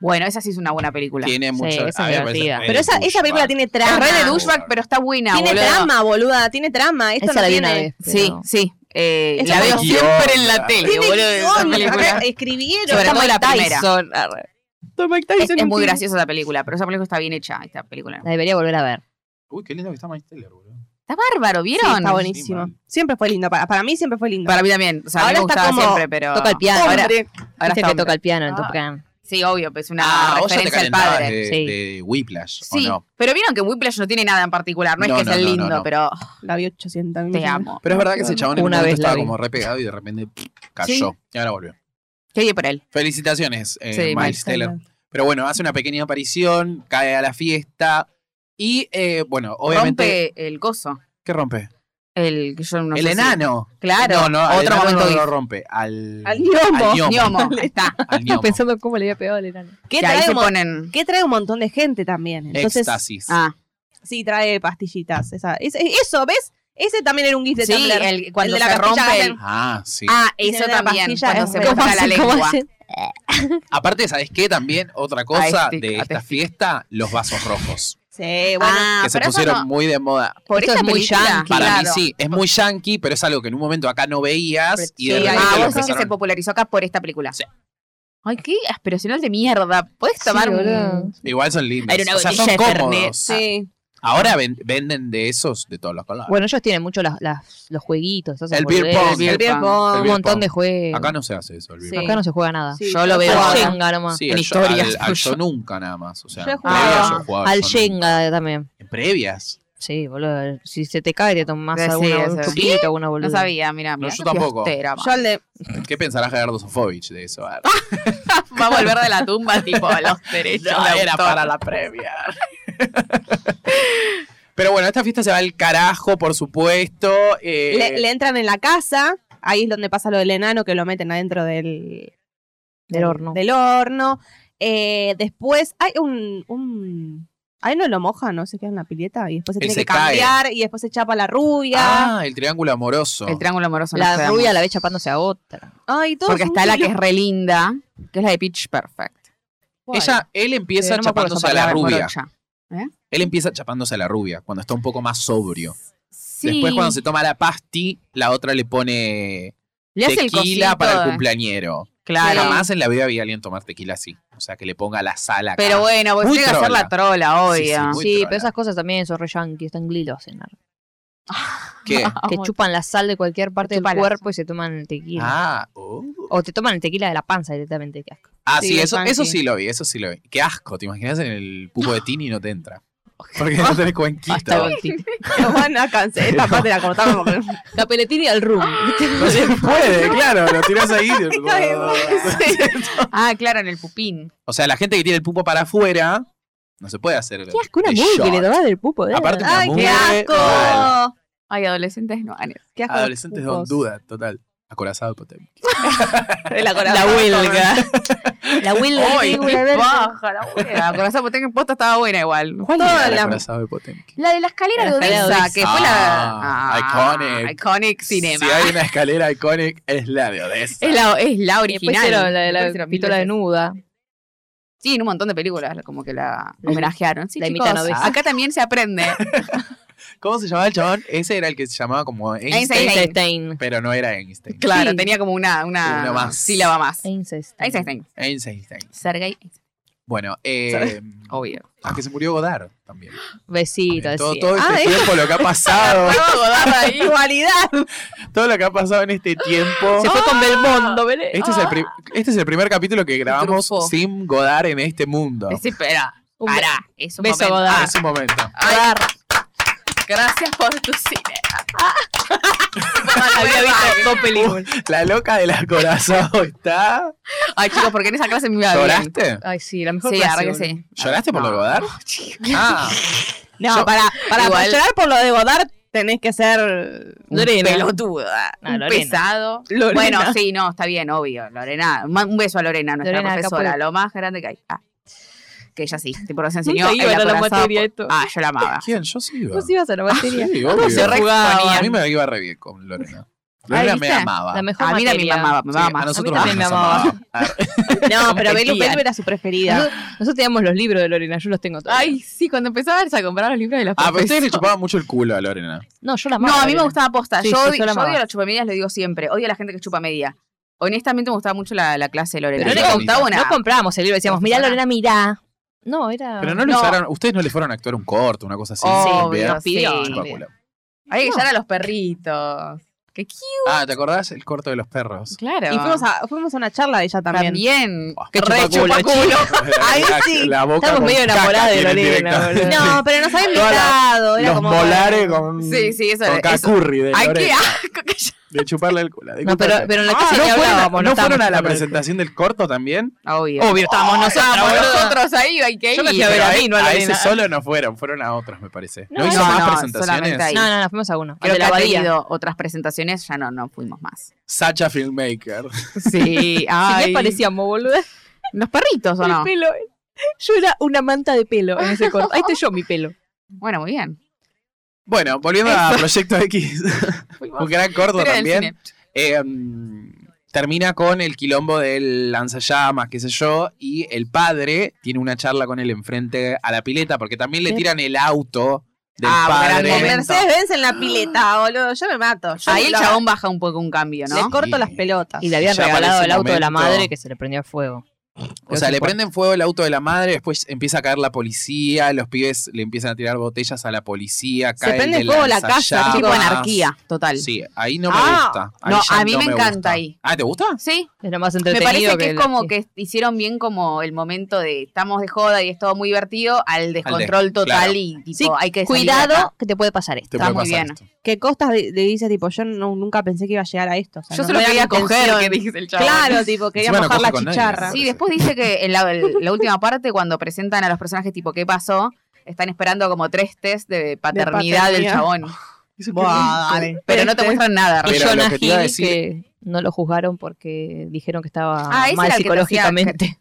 [SPEAKER 2] Bueno, esa sí es una buena película.
[SPEAKER 1] Tiene mucho.
[SPEAKER 3] esa es
[SPEAKER 1] a mí me parece
[SPEAKER 3] divertida.
[SPEAKER 1] re
[SPEAKER 4] Pero esa, esa
[SPEAKER 1] douchebag.
[SPEAKER 4] película tiene
[SPEAKER 2] es
[SPEAKER 4] trama.
[SPEAKER 2] re de
[SPEAKER 1] Ah.
[SPEAKER 2] douchebag, pero está buena,
[SPEAKER 4] Tiene
[SPEAKER 2] boluda.
[SPEAKER 4] trama, boluda. Tiene trama. Esto
[SPEAKER 3] Esa
[SPEAKER 4] no
[SPEAKER 3] la vi
[SPEAKER 4] tiene.
[SPEAKER 3] una vez.
[SPEAKER 2] Sí,
[SPEAKER 3] pero-
[SPEAKER 2] sí. Eh,
[SPEAKER 4] Esa
[SPEAKER 2] la
[SPEAKER 4] tiene
[SPEAKER 2] veo
[SPEAKER 1] guión,
[SPEAKER 2] siempre en la
[SPEAKER 1] ¿verdad?
[SPEAKER 2] tele,
[SPEAKER 4] Tiene
[SPEAKER 2] boludo. esa
[SPEAKER 4] guión,
[SPEAKER 2] película.
[SPEAKER 4] acá escribieron.
[SPEAKER 2] Sobre
[SPEAKER 3] Está
[SPEAKER 2] todo
[SPEAKER 3] Mike
[SPEAKER 2] la primera.
[SPEAKER 3] Tyson, arre.
[SPEAKER 4] Está Mike
[SPEAKER 2] Es,
[SPEAKER 4] Tyson
[SPEAKER 2] es muy
[SPEAKER 4] encima.
[SPEAKER 2] graciosa esa película, pero esa película está bien hecha, esta película.
[SPEAKER 3] La debería volver a ver.
[SPEAKER 1] Uy, qué lindo que está Miles Teller, boludo.
[SPEAKER 2] Está bárbaro,
[SPEAKER 4] Sí,
[SPEAKER 2] ¿vieron?
[SPEAKER 4] está
[SPEAKER 1] Sí,
[SPEAKER 4] buenísimo.
[SPEAKER 1] mal.
[SPEAKER 4] siempre fue lindo. Para, para mí siempre fue lindo.
[SPEAKER 2] Para mí también. O sea,
[SPEAKER 4] Ahora
[SPEAKER 2] a mí me
[SPEAKER 4] está
[SPEAKER 2] gustaba
[SPEAKER 4] como-
[SPEAKER 2] siempre, pero.
[SPEAKER 3] Toca el piano.
[SPEAKER 2] Ahora,
[SPEAKER 3] Ahora,
[SPEAKER 4] Hombre,
[SPEAKER 2] ahora
[SPEAKER 3] Viste
[SPEAKER 2] está
[SPEAKER 3] que
[SPEAKER 2] hombre.
[SPEAKER 3] toca el piano en
[SPEAKER 2] Ah.
[SPEAKER 3] Top Gun.
[SPEAKER 2] Sí, obvio, pues es una
[SPEAKER 1] Ah, vos ya te
[SPEAKER 2] referencia al
[SPEAKER 1] calentabas
[SPEAKER 2] padre.
[SPEAKER 1] De,
[SPEAKER 3] sí.
[SPEAKER 1] de Whiplash,
[SPEAKER 2] Sí,
[SPEAKER 1] ¿o no?
[SPEAKER 2] pero vieron que Whiplash no tiene nada en particular. No,
[SPEAKER 1] No,
[SPEAKER 2] es que
[SPEAKER 1] no,
[SPEAKER 2] es el
[SPEAKER 1] no, no,
[SPEAKER 2] lindo,
[SPEAKER 1] no.
[SPEAKER 2] pero
[SPEAKER 4] la vi 800
[SPEAKER 2] te amo.
[SPEAKER 1] Pero es verdad que ese chabón en
[SPEAKER 3] Una
[SPEAKER 1] un
[SPEAKER 3] vez
[SPEAKER 1] momento
[SPEAKER 3] la
[SPEAKER 1] estaba
[SPEAKER 3] vi.
[SPEAKER 1] como re pegado y de repente pff, cayó. Y ahora volvió.
[SPEAKER 2] Qué bien por él.
[SPEAKER 1] Felicitaciones, eh,
[SPEAKER 2] Sí, Miles
[SPEAKER 1] Miles Teller. Pero bueno, hace una pequeña aparición, cae a la fiesta y, eh, bueno, obviamente...
[SPEAKER 2] Rompe el coso.
[SPEAKER 1] ¿Qué rompe?
[SPEAKER 2] El que yo no
[SPEAKER 1] el
[SPEAKER 2] sé si-
[SPEAKER 1] enano.
[SPEAKER 2] Claro.
[SPEAKER 1] No, no, al
[SPEAKER 2] otro
[SPEAKER 1] enano
[SPEAKER 2] momento
[SPEAKER 1] no lo
[SPEAKER 2] gif.
[SPEAKER 1] rompe. Al,
[SPEAKER 4] Al gnomo.
[SPEAKER 1] Al gnomo.
[SPEAKER 2] Gnomo, ahí está.
[SPEAKER 1] al
[SPEAKER 3] Estaba
[SPEAKER 1] gnomo.
[SPEAKER 3] pensando cómo le había pegado al enano.
[SPEAKER 4] ¿Qué
[SPEAKER 2] Que ahí
[SPEAKER 4] trae,
[SPEAKER 2] se
[SPEAKER 4] un, mon-
[SPEAKER 2] ponen.
[SPEAKER 4] que trae un montón de gente también. Entonces,
[SPEAKER 1] Éxtasis.
[SPEAKER 2] Ah,
[SPEAKER 4] sí, trae pastillitas. Esa, es- es- eso, ¿ves? Ese también era un gif de
[SPEAKER 2] sí,
[SPEAKER 4] Tumblr.
[SPEAKER 2] el, cuando
[SPEAKER 4] de la
[SPEAKER 2] se
[SPEAKER 4] pastilla
[SPEAKER 2] rompe
[SPEAKER 4] Gander.
[SPEAKER 2] el.
[SPEAKER 1] Ah, sí.
[SPEAKER 2] Ah,
[SPEAKER 4] Y se
[SPEAKER 2] eso
[SPEAKER 4] le da la
[SPEAKER 2] también,
[SPEAKER 4] pastilla,
[SPEAKER 2] cuando
[SPEAKER 4] es
[SPEAKER 2] se
[SPEAKER 4] verdad.
[SPEAKER 2] corta la lengua.
[SPEAKER 1] Aparte, ¿sabes qué? También otra cosa
[SPEAKER 2] stick,
[SPEAKER 1] de
[SPEAKER 2] a
[SPEAKER 1] esta
[SPEAKER 2] stick.
[SPEAKER 1] fiesta, los vasos rojos.
[SPEAKER 4] Sí, bueno.
[SPEAKER 2] ah,
[SPEAKER 1] que se
[SPEAKER 2] pero eso
[SPEAKER 1] pusieron
[SPEAKER 2] no-
[SPEAKER 1] muy de moda.
[SPEAKER 2] por
[SPEAKER 3] Esto
[SPEAKER 2] esa
[SPEAKER 3] es muy
[SPEAKER 2] película,
[SPEAKER 3] yankee.
[SPEAKER 1] Para mí
[SPEAKER 2] claro.
[SPEAKER 1] sí, es muy yankee, pero es algo que en un momento acá no veías y de
[SPEAKER 4] Sí,
[SPEAKER 1] repente
[SPEAKER 2] Ah,
[SPEAKER 1] lo
[SPEAKER 2] vos decís que se
[SPEAKER 1] empezaron-
[SPEAKER 2] popularizó acá por esta película.
[SPEAKER 1] Sí.
[SPEAKER 2] Ay, qué aspiracional de mierda. ¿Podés tomar
[SPEAKER 3] Sí,
[SPEAKER 2] un-
[SPEAKER 3] boludo.
[SPEAKER 1] Igual son lindos.
[SPEAKER 2] Era una
[SPEAKER 1] o sea, son
[SPEAKER 2] botella de
[SPEAKER 1] cómodos.
[SPEAKER 2] Fernet,
[SPEAKER 4] sí.
[SPEAKER 1] Ahora ven- venden de esos de todos los colores.
[SPEAKER 3] Bueno, ellos tienen mucho las, las- los jueguitos. esas
[SPEAKER 1] El beer
[SPEAKER 3] boludeces.
[SPEAKER 1] pong.
[SPEAKER 2] beer
[SPEAKER 4] El beer
[SPEAKER 2] pong.
[SPEAKER 4] pong.
[SPEAKER 1] El
[SPEAKER 3] Un
[SPEAKER 1] beer
[SPEAKER 3] montón
[SPEAKER 1] pong.
[SPEAKER 3] de juegos.
[SPEAKER 1] Acá no se hace eso, el beer
[SPEAKER 4] Sí.
[SPEAKER 1] pong.
[SPEAKER 3] Acá no se juega nada.
[SPEAKER 4] Sí,
[SPEAKER 2] Yo lo veo
[SPEAKER 3] Al
[SPEAKER 2] ahora.
[SPEAKER 3] Jenga nomás.
[SPEAKER 1] Sí,
[SPEAKER 2] En
[SPEAKER 1] al-
[SPEAKER 2] historias.
[SPEAKER 1] al- al yo nunca nada más. O sea,
[SPEAKER 4] Yo he
[SPEAKER 1] en
[SPEAKER 4] jugado.
[SPEAKER 1] previas yo jugaba
[SPEAKER 3] Al
[SPEAKER 1] yo nunca.
[SPEAKER 3] Jenga también.
[SPEAKER 1] En previas.
[SPEAKER 3] Sí, boludo. eh, Si se te cae, te tomás
[SPEAKER 2] Sí,
[SPEAKER 3] alguna,
[SPEAKER 2] sí,
[SPEAKER 3] un
[SPEAKER 2] sí.
[SPEAKER 3] chupito, alguna
[SPEAKER 2] No
[SPEAKER 3] boluda.
[SPEAKER 2] sabía, mira, mira.
[SPEAKER 1] yo
[SPEAKER 2] qué
[SPEAKER 1] tampoco.
[SPEAKER 2] fiestera,
[SPEAKER 4] Yo el de.
[SPEAKER 1] eh. ¿Qué pensará Gerardo Sofovich de eso? Ah,
[SPEAKER 2] Va a volver de la tumba, tipo, los derechos.
[SPEAKER 1] no,
[SPEAKER 2] de
[SPEAKER 1] era
[SPEAKER 2] autor.
[SPEAKER 1] para la previa. Pero bueno, esta fiesta se va al carajo, por supuesto. eh,
[SPEAKER 4] le, le entran en la casa. Ahí es donde pasa lo del enano que lo meten adentro del,
[SPEAKER 3] Del horno.
[SPEAKER 4] Del horno. Eh, después hay un, un. Ahí no lo moja, ¿no? Se queda en la pileta y después se
[SPEAKER 1] Él
[SPEAKER 4] tiene
[SPEAKER 1] se
[SPEAKER 4] que
[SPEAKER 1] cae.
[SPEAKER 4] cambiar y después se chapa la rubia.
[SPEAKER 1] Ah, el triángulo amoroso.
[SPEAKER 2] El triángulo amoroso. no se
[SPEAKER 3] La
[SPEAKER 2] da
[SPEAKER 3] rubia
[SPEAKER 2] mucho.
[SPEAKER 3] la ve chapándose a otra.
[SPEAKER 4] Ay, todo
[SPEAKER 2] Porque
[SPEAKER 4] es un
[SPEAKER 2] está la que
[SPEAKER 4] quilombo.
[SPEAKER 2] es re linda, que es la de Pitch Perfect.
[SPEAKER 1] Ella, él empieza
[SPEAKER 3] Sí, no me acuerdo
[SPEAKER 1] chapándose a la
[SPEAKER 2] Palabra
[SPEAKER 1] rubia.
[SPEAKER 2] morocha.
[SPEAKER 1] Él empieza chapándose a la rubia cuando está un poco más sobrio.
[SPEAKER 2] Sí.
[SPEAKER 1] Después, cuando se toma la pasti, la otra le pone
[SPEAKER 2] Le hace el
[SPEAKER 1] tequila
[SPEAKER 2] cosito,
[SPEAKER 1] para el
[SPEAKER 2] eh.
[SPEAKER 1] cumpleañero.
[SPEAKER 2] Claro.
[SPEAKER 1] Jamás en la vida había alguien tomar tequila así. O sea, que le ponga la sal acá.
[SPEAKER 2] Pero bueno, vos
[SPEAKER 1] Muy
[SPEAKER 2] llega a ser la trola,
[SPEAKER 1] Sí, sí,
[SPEAKER 2] obvio.
[SPEAKER 1] Ah, muy
[SPEAKER 3] Sí,
[SPEAKER 1] trola.
[SPEAKER 3] pero esas cosas también son re yankees, están glilos. en la-
[SPEAKER 1] ¿Qué?
[SPEAKER 3] Que
[SPEAKER 2] muy-
[SPEAKER 3] chupan la sal de cualquier parte del
[SPEAKER 2] Chupan la
[SPEAKER 3] cuerpo y se toman el tequila.
[SPEAKER 1] Ah, oh.
[SPEAKER 3] O te toman el tequila de la panza directamente. Qué asco.
[SPEAKER 1] Ah, sí,
[SPEAKER 4] Sí,
[SPEAKER 1] eso,
[SPEAKER 4] funky.
[SPEAKER 1] eso sí lo vi, eso sí lo vi. Qué asco, te imaginas en el pupo de Tini y no te entra. Porque no tenés
[SPEAKER 3] Hasta
[SPEAKER 1] cuenquito.
[SPEAKER 3] con ti.
[SPEAKER 4] Lo van a cancelar. Esta parte la cortamos porque.
[SPEAKER 3] La peletina y al rum.
[SPEAKER 1] No se puede, claro, lo tirás ahí.
[SPEAKER 2] Ah, claro, en el pupín.
[SPEAKER 1] o sea, la gente que tiene el pupo para afuera, no se puede hacer.
[SPEAKER 3] Qué asco, una
[SPEAKER 1] el
[SPEAKER 3] mugre que le
[SPEAKER 1] shot.
[SPEAKER 3] tomás del pupo. de
[SPEAKER 1] Aparte, una
[SPEAKER 4] ¿eh? ¡Ay,
[SPEAKER 1] mugre,
[SPEAKER 4] qué asco!
[SPEAKER 1] mal.
[SPEAKER 2] Ay, adolescentes no. ah, no.
[SPEAKER 4] Qué asco los
[SPEAKER 1] Adolescentes
[SPEAKER 4] pulpos.
[SPEAKER 1] don duda, total. Acorazado Potemkin.
[SPEAKER 2] De la,
[SPEAKER 3] La huelga. La huelga.
[SPEAKER 1] Ay,
[SPEAKER 3] regular.
[SPEAKER 2] Baja la huelga. Corazón Potemkin posta estaba buena igual.
[SPEAKER 4] ¿Cuál
[SPEAKER 2] Toda
[SPEAKER 4] era
[SPEAKER 1] El
[SPEAKER 2] la-
[SPEAKER 1] Acorazado de Potemkin.
[SPEAKER 2] La de la escalera
[SPEAKER 3] La
[SPEAKER 2] de
[SPEAKER 3] escalera de
[SPEAKER 2] Odessa,
[SPEAKER 3] Odessa.
[SPEAKER 2] que fue la.
[SPEAKER 1] Ah, iconic.
[SPEAKER 2] Iconic cinema.
[SPEAKER 1] Si hay una escalera icónica, es la de Odessa.
[SPEAKER 2] es, la, es la
[SPEAKER 3] Después
[SPEAKER 2] original.
[SPEAKER 3] hicieron la de la
[SPEAKER 2] Después hicieron mil
[SPEAKER 3] pistola
[SPEAKER 2] veces.
[SPEAKER 3] desnuda.
[SPEAKER 2] Sí, en un montón de películas, como que la
[SPEAKER 3] La-
[SPEAKER 2] homenajearon. Sí,
[SPEAKER 3] la
[SPEAKER 2] chicos,
[SPEAKER 3] imitan a Odessa.
[SPEAKER 2] acá también se aprende.
[SPEAKER 1] ¿Cómo se llamaba el chabón? Ese era el que se llamaba como Einstein,
[SPEAKER 2] Einstein.
[SPEAKER 3] Einstein.
[SPEAKER 1] pero no era Einstein.
[SPEAKER 2] Claro,
[SPEAKER 3] Sí.
[SPEAKER 2] tenía como una, una
[SPEAKER 1] Una más.
[SPEAKER 2] sílaba más.
[SPEAKER 3] Einstein.
[SPEAKER 2] Ahí se está.
[SPEAKER 1] Einstein.
[SPEAKER 2] Sergei,
[SPEAKER 1] Bueno,
[SPEAKER 2] ¿Sabes?
[SPEAKER 1] eh,
[SPEAKER 2] obvio.
[SPEAKER 1] aunque se murió Godard también.
[SPEAKER 3] Ah, Besito.
[SPEAKER 1] todo
[SPEAKER 3] decía.
[SPEAKER 1] todo este
[SPEAKER 4] Ah, ¿eh?
[SPEAKER 1] tiempo, lo que ha pasado,
[SPEAKER 2] Ah,
[SPEAKER 4] Igualidad.
[SPEAKER 1] todo lo que ha pasado en este tiempo.
[SPEAKER 3] Se fue con Belmondo, Ah. ¿verdad?
[SPEAKER 1] Este es, el pri- este es el primer capítulo que grabamos
[SPEAKER 2] Truffaut.
[SPEAKER 1] sin Godard en este mundo.
[SPEAKER 2] Decí, espera,
[SPEAKER 3] Un
[SPEAKER 2] pará, es un
[SPEAKER 3] beso,
[SPEAKER 2] momento.
[SPEAKER 3] Godard.
[SPEAKER 2] Ah,
[SPEAKER 1] Es un momento.
[SPEAKER 2] Ay, gracias por tu cine.
[SPEAKER 3] Había visto dos películas.
[SPEAKER 1] La loca del acorazado está.
[SPEAKER 2] Ay, chicos, porque en esa clase me iba bien.
[SPEAKER 1] ¿Lloraste?
[SPEAKER 3] Ay, sí, la mejor
[SPEAKER 2] Sí,
[SPEAKER 3] clase,
[SPEAKER 2] ahora que
[SPEAKER 3] boludo.
[SPEAKER 2] sí.
[SPEAKER 1] ¿Lloraste por lo de Godard? Ah,
[SPEAKER 4] No,
[SPEAKER 1] Yo-
[SPEAKER 4] para, para
[SPEAKER 2] Igual-
[SPEAKER 4] llorar por lo de Godard tenés que ser
[SPEAKER 3] Lorena.
[SPEAKER 2] Pelotuda.
[SPEAKER 3] No,
[SPEAKER 2] un
[SPEAKER 3] Lorena.
[SPEAKER 2] pesado.
[SPEAKER 4] Lorena.
[SPEAKER 2] Bueno, sí, no, está bien, obvio. Lorena, ma- un beso a Lorena, nuestra
[SPEAKER 3] Lorena
[SPEAKER 2] profesora,
[SPEAKER 3] Caput.
[SPEAKER 2] lo más grande que hay. Ah, que ella sí, tipo nos enseñó.
[SPEAKER 3] Nunca
[SPEAKER 2] el
[SPEAKER 3] iba a la
[SPEAKER 2] acorazado
[SPEAKER 3] materia
[SPEAKER 2] por-
[SPEAKER 3] esto.
[SPEAKER 2] Ah, yo la amaba.
[SPEAKER 1] ¿quién? Yo sí iba.
[SPEAKER 3] Vos ibas a la batería.
[SPEAKER 1] Sí, obvio.
[SPEAKER 3] se re exponían.
[SPEAKER 1] A mí me iba re bien con Lorena.
[SPEAKER 2] Ay,
[SPEAKER 1] Lorena me
[SPEAKER 2] ¿viste?
[SPEAKER 1] amaba.
[SPEAKER 3] La mejor
[SPEAKER 2] A mí también me
[SPEAKER 3] materia.
[SPEAKER 2] amaba, me
[SPEAKER 1] Sí,
[SPEAKER 2] amaba más.
[SPEAKER 1] a nosotros
[SPEAKER 3] también
[SPEAKER 1] más
[SPEAKER 3] me
[SPEAKER 1] nos
[SPEAKER 3] amaba.
[SPEAKER 1] amaba.
[SPEAKER 4] No, pero Belu,
[SPEAKER 3] Competían.
[SPEAKER 4] Belu era su preferida.
[SPEAKER 3] Nosotros teníamos los libros de Lorena, yo los tengo todos.
[SPEAKER 2] Ay, sí, cuando empezabas a comprar los libros de las
[SPEAKER 1] Ah, pero a ustedes le chupaban mucho el culo a Lorena.
[SPEAKER 3] No, yo la amaba.
[SPEAKER 2] No, a mí me
[SPEAKER 3] Lorena.
[SPEAKER 2] gustaba posta.
[SPEAKER 3] Sí,
[SPEAKER 2] yo,
[SPEAKER 3] sí,
[SPEAKER 2] odi-
[SPEAKER 3] yo
[SPEAKER 2] yo odio
[SPEAKER 3] la amaba.
[SPEAKER 2] a las chupamedias, lo digo siempre. Odio a la gente que chupa media. Honestamente me gustaba mucho la, la clase de Lorena.
[SPEAKER 3] Pero
[SPEAKER 2] Yo
[SPEAKER 3] no
[SPEAKER 2] me
[SPEAKER 1] le
[SPEAKER 2] gustaba una.
[SPEAKER 3] No comprábamos el libro, decíamos, mirá Lorena, mirá. No, era.
[SPEAKER 1] Pero no lo
[SPEAKER 2] No.
[SPEAKER 1] usaron, ustedes no le fueron a actuar un corto, una cosa así.
[SPEAKER 2] Obvio,
[SPEAKER 1] también.
[SPEAKER 2] sí.
[SPEAKER 3] Pidió,
[SPEAKER 1] Chupa
[SPEAKER 3] pidió.
[SPEAKER 1] culo.
[SPEAKER 2] Hay que llevar a los perritos. Qué cute.
[SPEAKER 1] Ah, ¿te acordás el corto de los perros?
[SPEAKER 2] Claro.
[SPEAKER 4] Y fuimos a, fuimos a una charla de ella también.
[SPEAKER 2] también.
[SPEAKER 1] Ah,
[SPEAKER 2] Que
[SPEAKER 1] chupa
[SPEAKER 2] re
[SPEAKER 1] culo,
[SPEAKER 2] chupa culo.
[SPEAKER 4] Ay,
[SPEAKER 1] La-
[SPEAKER 4] sí.
[SPEAKER 1] La boca
[SPEAKER 3] Estamos
[SPEAKER 1] con
[SPEAKER 3] medio
[SPEAKER 1] caca
[SPEAKER 3] enamorados de
[SPEAKER 1] tienen
[SPEAKER 3] Lorena,
[SPEAKER 1] directamente.
[SPEAKER 3] boludo.
[SPEAKER 4] No, pero nos habían
[SPEAKER 1] Toda la-
[SPEAKER 4] invitado. Era
[SPEAKER 1] Los
[SPEAKER 4] como
[SPEAKER 1] molares con.
[SPEAKER 2] Sí, sí, eso
[SPEAKER 1] con
[SPEAKER 2] es-
[SPEAKER 1] Cacurri de
[SPEAKER 2] Ay, qué
[SPEAKER 1] Lorena,
[SPEAKER 2] asco que yo-
[SPEAKER 1] De chuparle el culo. de
[SPEAKER 3] No, pero,
[SPEAKER 1] chuparle.
[SPEAKER 3] pero en la
[SPEAKER 1] Ah,
[SPEAKER 3] casa
[SPEAKER 1] ¿no
[SPEAKER 3] ni
[SPEAKER 1] fueron a-
[SPEAKER 3] hablábamos,
[SPEAKER 1] ¿No fueron a la
[SPEAKER 3] estábamos hablando de-
[SPEAKER 1] presentación del corto también?
[SPEAKER 2] Obvio.
[SPEAKER 3] Obvio, estábamos nosotros.
[SPEAKER 2] Estábamos
[SPEAKER 3] boludo.
[SPEAKER 2] nosotros ahí, hay que ir.
[SPEAKER 3] Oh, Yo me fui a ver
[SPEAKER 1] Pero
[SPEAKER 3] a
[SPEAKER 1] a,
[SPEAKER 3] mí, no a
[SPEAKER 1] a
[SPEAKER 3] Lorena.
[SPEAKER 1] ese solo no fueron, fueron a otros, me parece. ¿No,
[SPEAKER 3] No,
[SPEAKER 1] hizo
[SPEAKER 2] no,
[SPEAKER 1] más
[SPEAKER 2] no,
[SPEAKER 1] presentaciones?
[SPEAKER 2] solamente ahí.
[SPEAKER 3] No, no, no, fuimos a uno. al
[SPEAKER 2] Creo
[SPEAKER 3] de
[SPEAKER 2] que
[SPEAKER 3] la
[SPEAKER 2] ha
[SPEAKER 3] abadía.
[SPEAKER 2] tenido otras presentaciones, ya no, no fuimos más.
[SPEAKER 1] Sacha Filmmaker.
[SPEAKER 2] Sí,
[SPEAKER 3] Si
[SPEAKER 2] ay.
[SPEAKER 3] ¿Qué parecíamos, boludo?
[SPEAKER 2] Los perritos, ¿o
[SPEAKER 3] El
[SPEAKER 2] no?
[SPEAKER 3] pelo. Yo era una manta de pelo en ese corto. Ahí estoy yo, mi pelo.
[SPEAKER 2] Bueno, muy bien.
[SPEAKER 1] Bueno, volviendo a Proyecto X, un gran corto
[SPEAKER 2] Historia del
[SPEAKER 1] también.
[SPEAKER 2] cine.
[SPEAKER 1] Eh, mm, termina con el quilombo del lanzallamas, qué sé yo, y el padre tiene una charla con él enfrente a la pileta, porque también le
[SPEAKER 3] Sí.
[SPEAKER 1] tiran el auto del
[SPEAKER 2] Ah, gran
[SPEAKER 4] Con
[SPEAKER 1] padre.
[SPEAKER 2] momento.
[SPEAKER 4] Mercedes Benz en la pileta, boludo. Yo me mato. Yo
[SPEAKER 2] Ahí el
[SPEAKER 4] lo-
[SPEAKER 2] chabón baja un poco un cambio,
[SPEAKER 4] Le
[SPEAKER 2] ¿no?
[SPEAKER 4] corto
[SPEAKER 1] Sí.
[SPEAKER 4] las pelotas.
[SPEAKER 3] Y le habían
[SPEAKER 1] Ya para
[SPEAKER 3] regalado
[SPEAKER 1] ese
[SPEAKER 3] el auto de la
[SPEAKER 1] momento-
[SPEAKER 3] madre que se le prendió fuego.
[SPEAKER 1] O sea,
[SPEAKER 3] Pero
[SPEAKER 1] le
[SPEAKER 3] sí, por-
[SPEAKER 1] prenden fuego el auto de la madre, después empieza a caer la policía, los pibes le empiezan a tirar botellas a la policía,
[SPEAKER 4] Se
[SPEAKER 1] cae
[SPEAKER 4] prende fuego la casa,
[SPEAKER 2] Tipo
[SPEAKER 4] Jamás.
[SPEAKER 2] anarquía, total. Sí.
[SPEAKER 1] Sí, ahí no me
[SPEAKER 4] Ah,
[SPEAKER 1] gusta. Ahí
[SPEAKER 2] no,
[SPEAKER 1] ya
[SPEAKER 2] a mí me encanta
[SPEAKER 1] gusta.
[SPEAKER 2] ahí.
[SPEAKER 1] Ah, ¿te gusta?
[SPEAKER 3] Es lo más
[SPEAKER 2] Me
[SPEAKER 3] entretenido.
[SPEAKER 2] parece que, es
[SPEAKER 3] el-
[SPEAKER 2] como
[SPEAKER 3] sí.
[SPEAKER 2] que hicieron bien como el momento de estamos de joda y es todo muy divertido al descontrol
[SPEAKER 1] des-
[SPEAKER 2] total
[SPEAKER 1] claro.
[SPEAKER 2] y tipo
[SPEAKER 3] Sí,
[SPEAKER 2] hay que salir de
[SPEAKER 3] Cuidado
[SPEAKER 2] acá.
[SPEAKER 3] que te puede pasar esto.
[SPEAKER 1] Te
[SPEAKER 2] Está
[SPEAKER 1] puede
[SPEAKER 2] muy
[SPEAKER 1] pasar
[SPEAKER 2] bien.
[SPEAKER 1] esto.
[SPEAKER 4] Que Costa le le dice, tipo, yo no- nunca pensé que iba a llegar a esto. O sea,
[SPEAKER 2] Yo
[SPEAKER 4] no-
[SPEAKER 2] solo
[SPEAKER 4] no era
[SPEAKER 2] quería
[SPEAKER 4] mi
[SPEAKER 2] coger,
[SPEAKER 4] intención.
[SPEAKER 2] que dice el chabón.
[SPEAKER 4] Claro, tipo, quería
[SPEAKER 1] Encima no
[SPEAKER 4] mojar
[SPEAKER 1] coge
[SPEAKER 4] la
[SPEAKER 1] con nadie,
[SPEAKER 4] chicharra.
[SPEAKER 1] ¿no?
[SPEAKER 2] Sí, después dice que en la, el- la última parte, cuando presentan a los personajes tipo qué pasó, están esperando como tres test de paternidad,
[SPEAKER 4] paternidad.
[SPEAKER 2] del chabón.
[SPEAKER 4] Buah, dale. Este,
[SPEAKER 2] Pero no te muestran nada.
[SPEAKER 3] Y
[SPEAKER 1] Pero
[SPEAKER 3] Jonah
[SPEAKER 1] lo que te iba a
[SPEAKER 3] Hill,
[SPEAKER 1] decir-
[SPEAKER 3] que no lo juzgaron porque dijeron que estaba
[SPEAKER 2] Ah, ese
[SPEAKER 3] mal
[SPEAKER 2] era el que te hacía-
[SPEAKER 3] psicológicamente.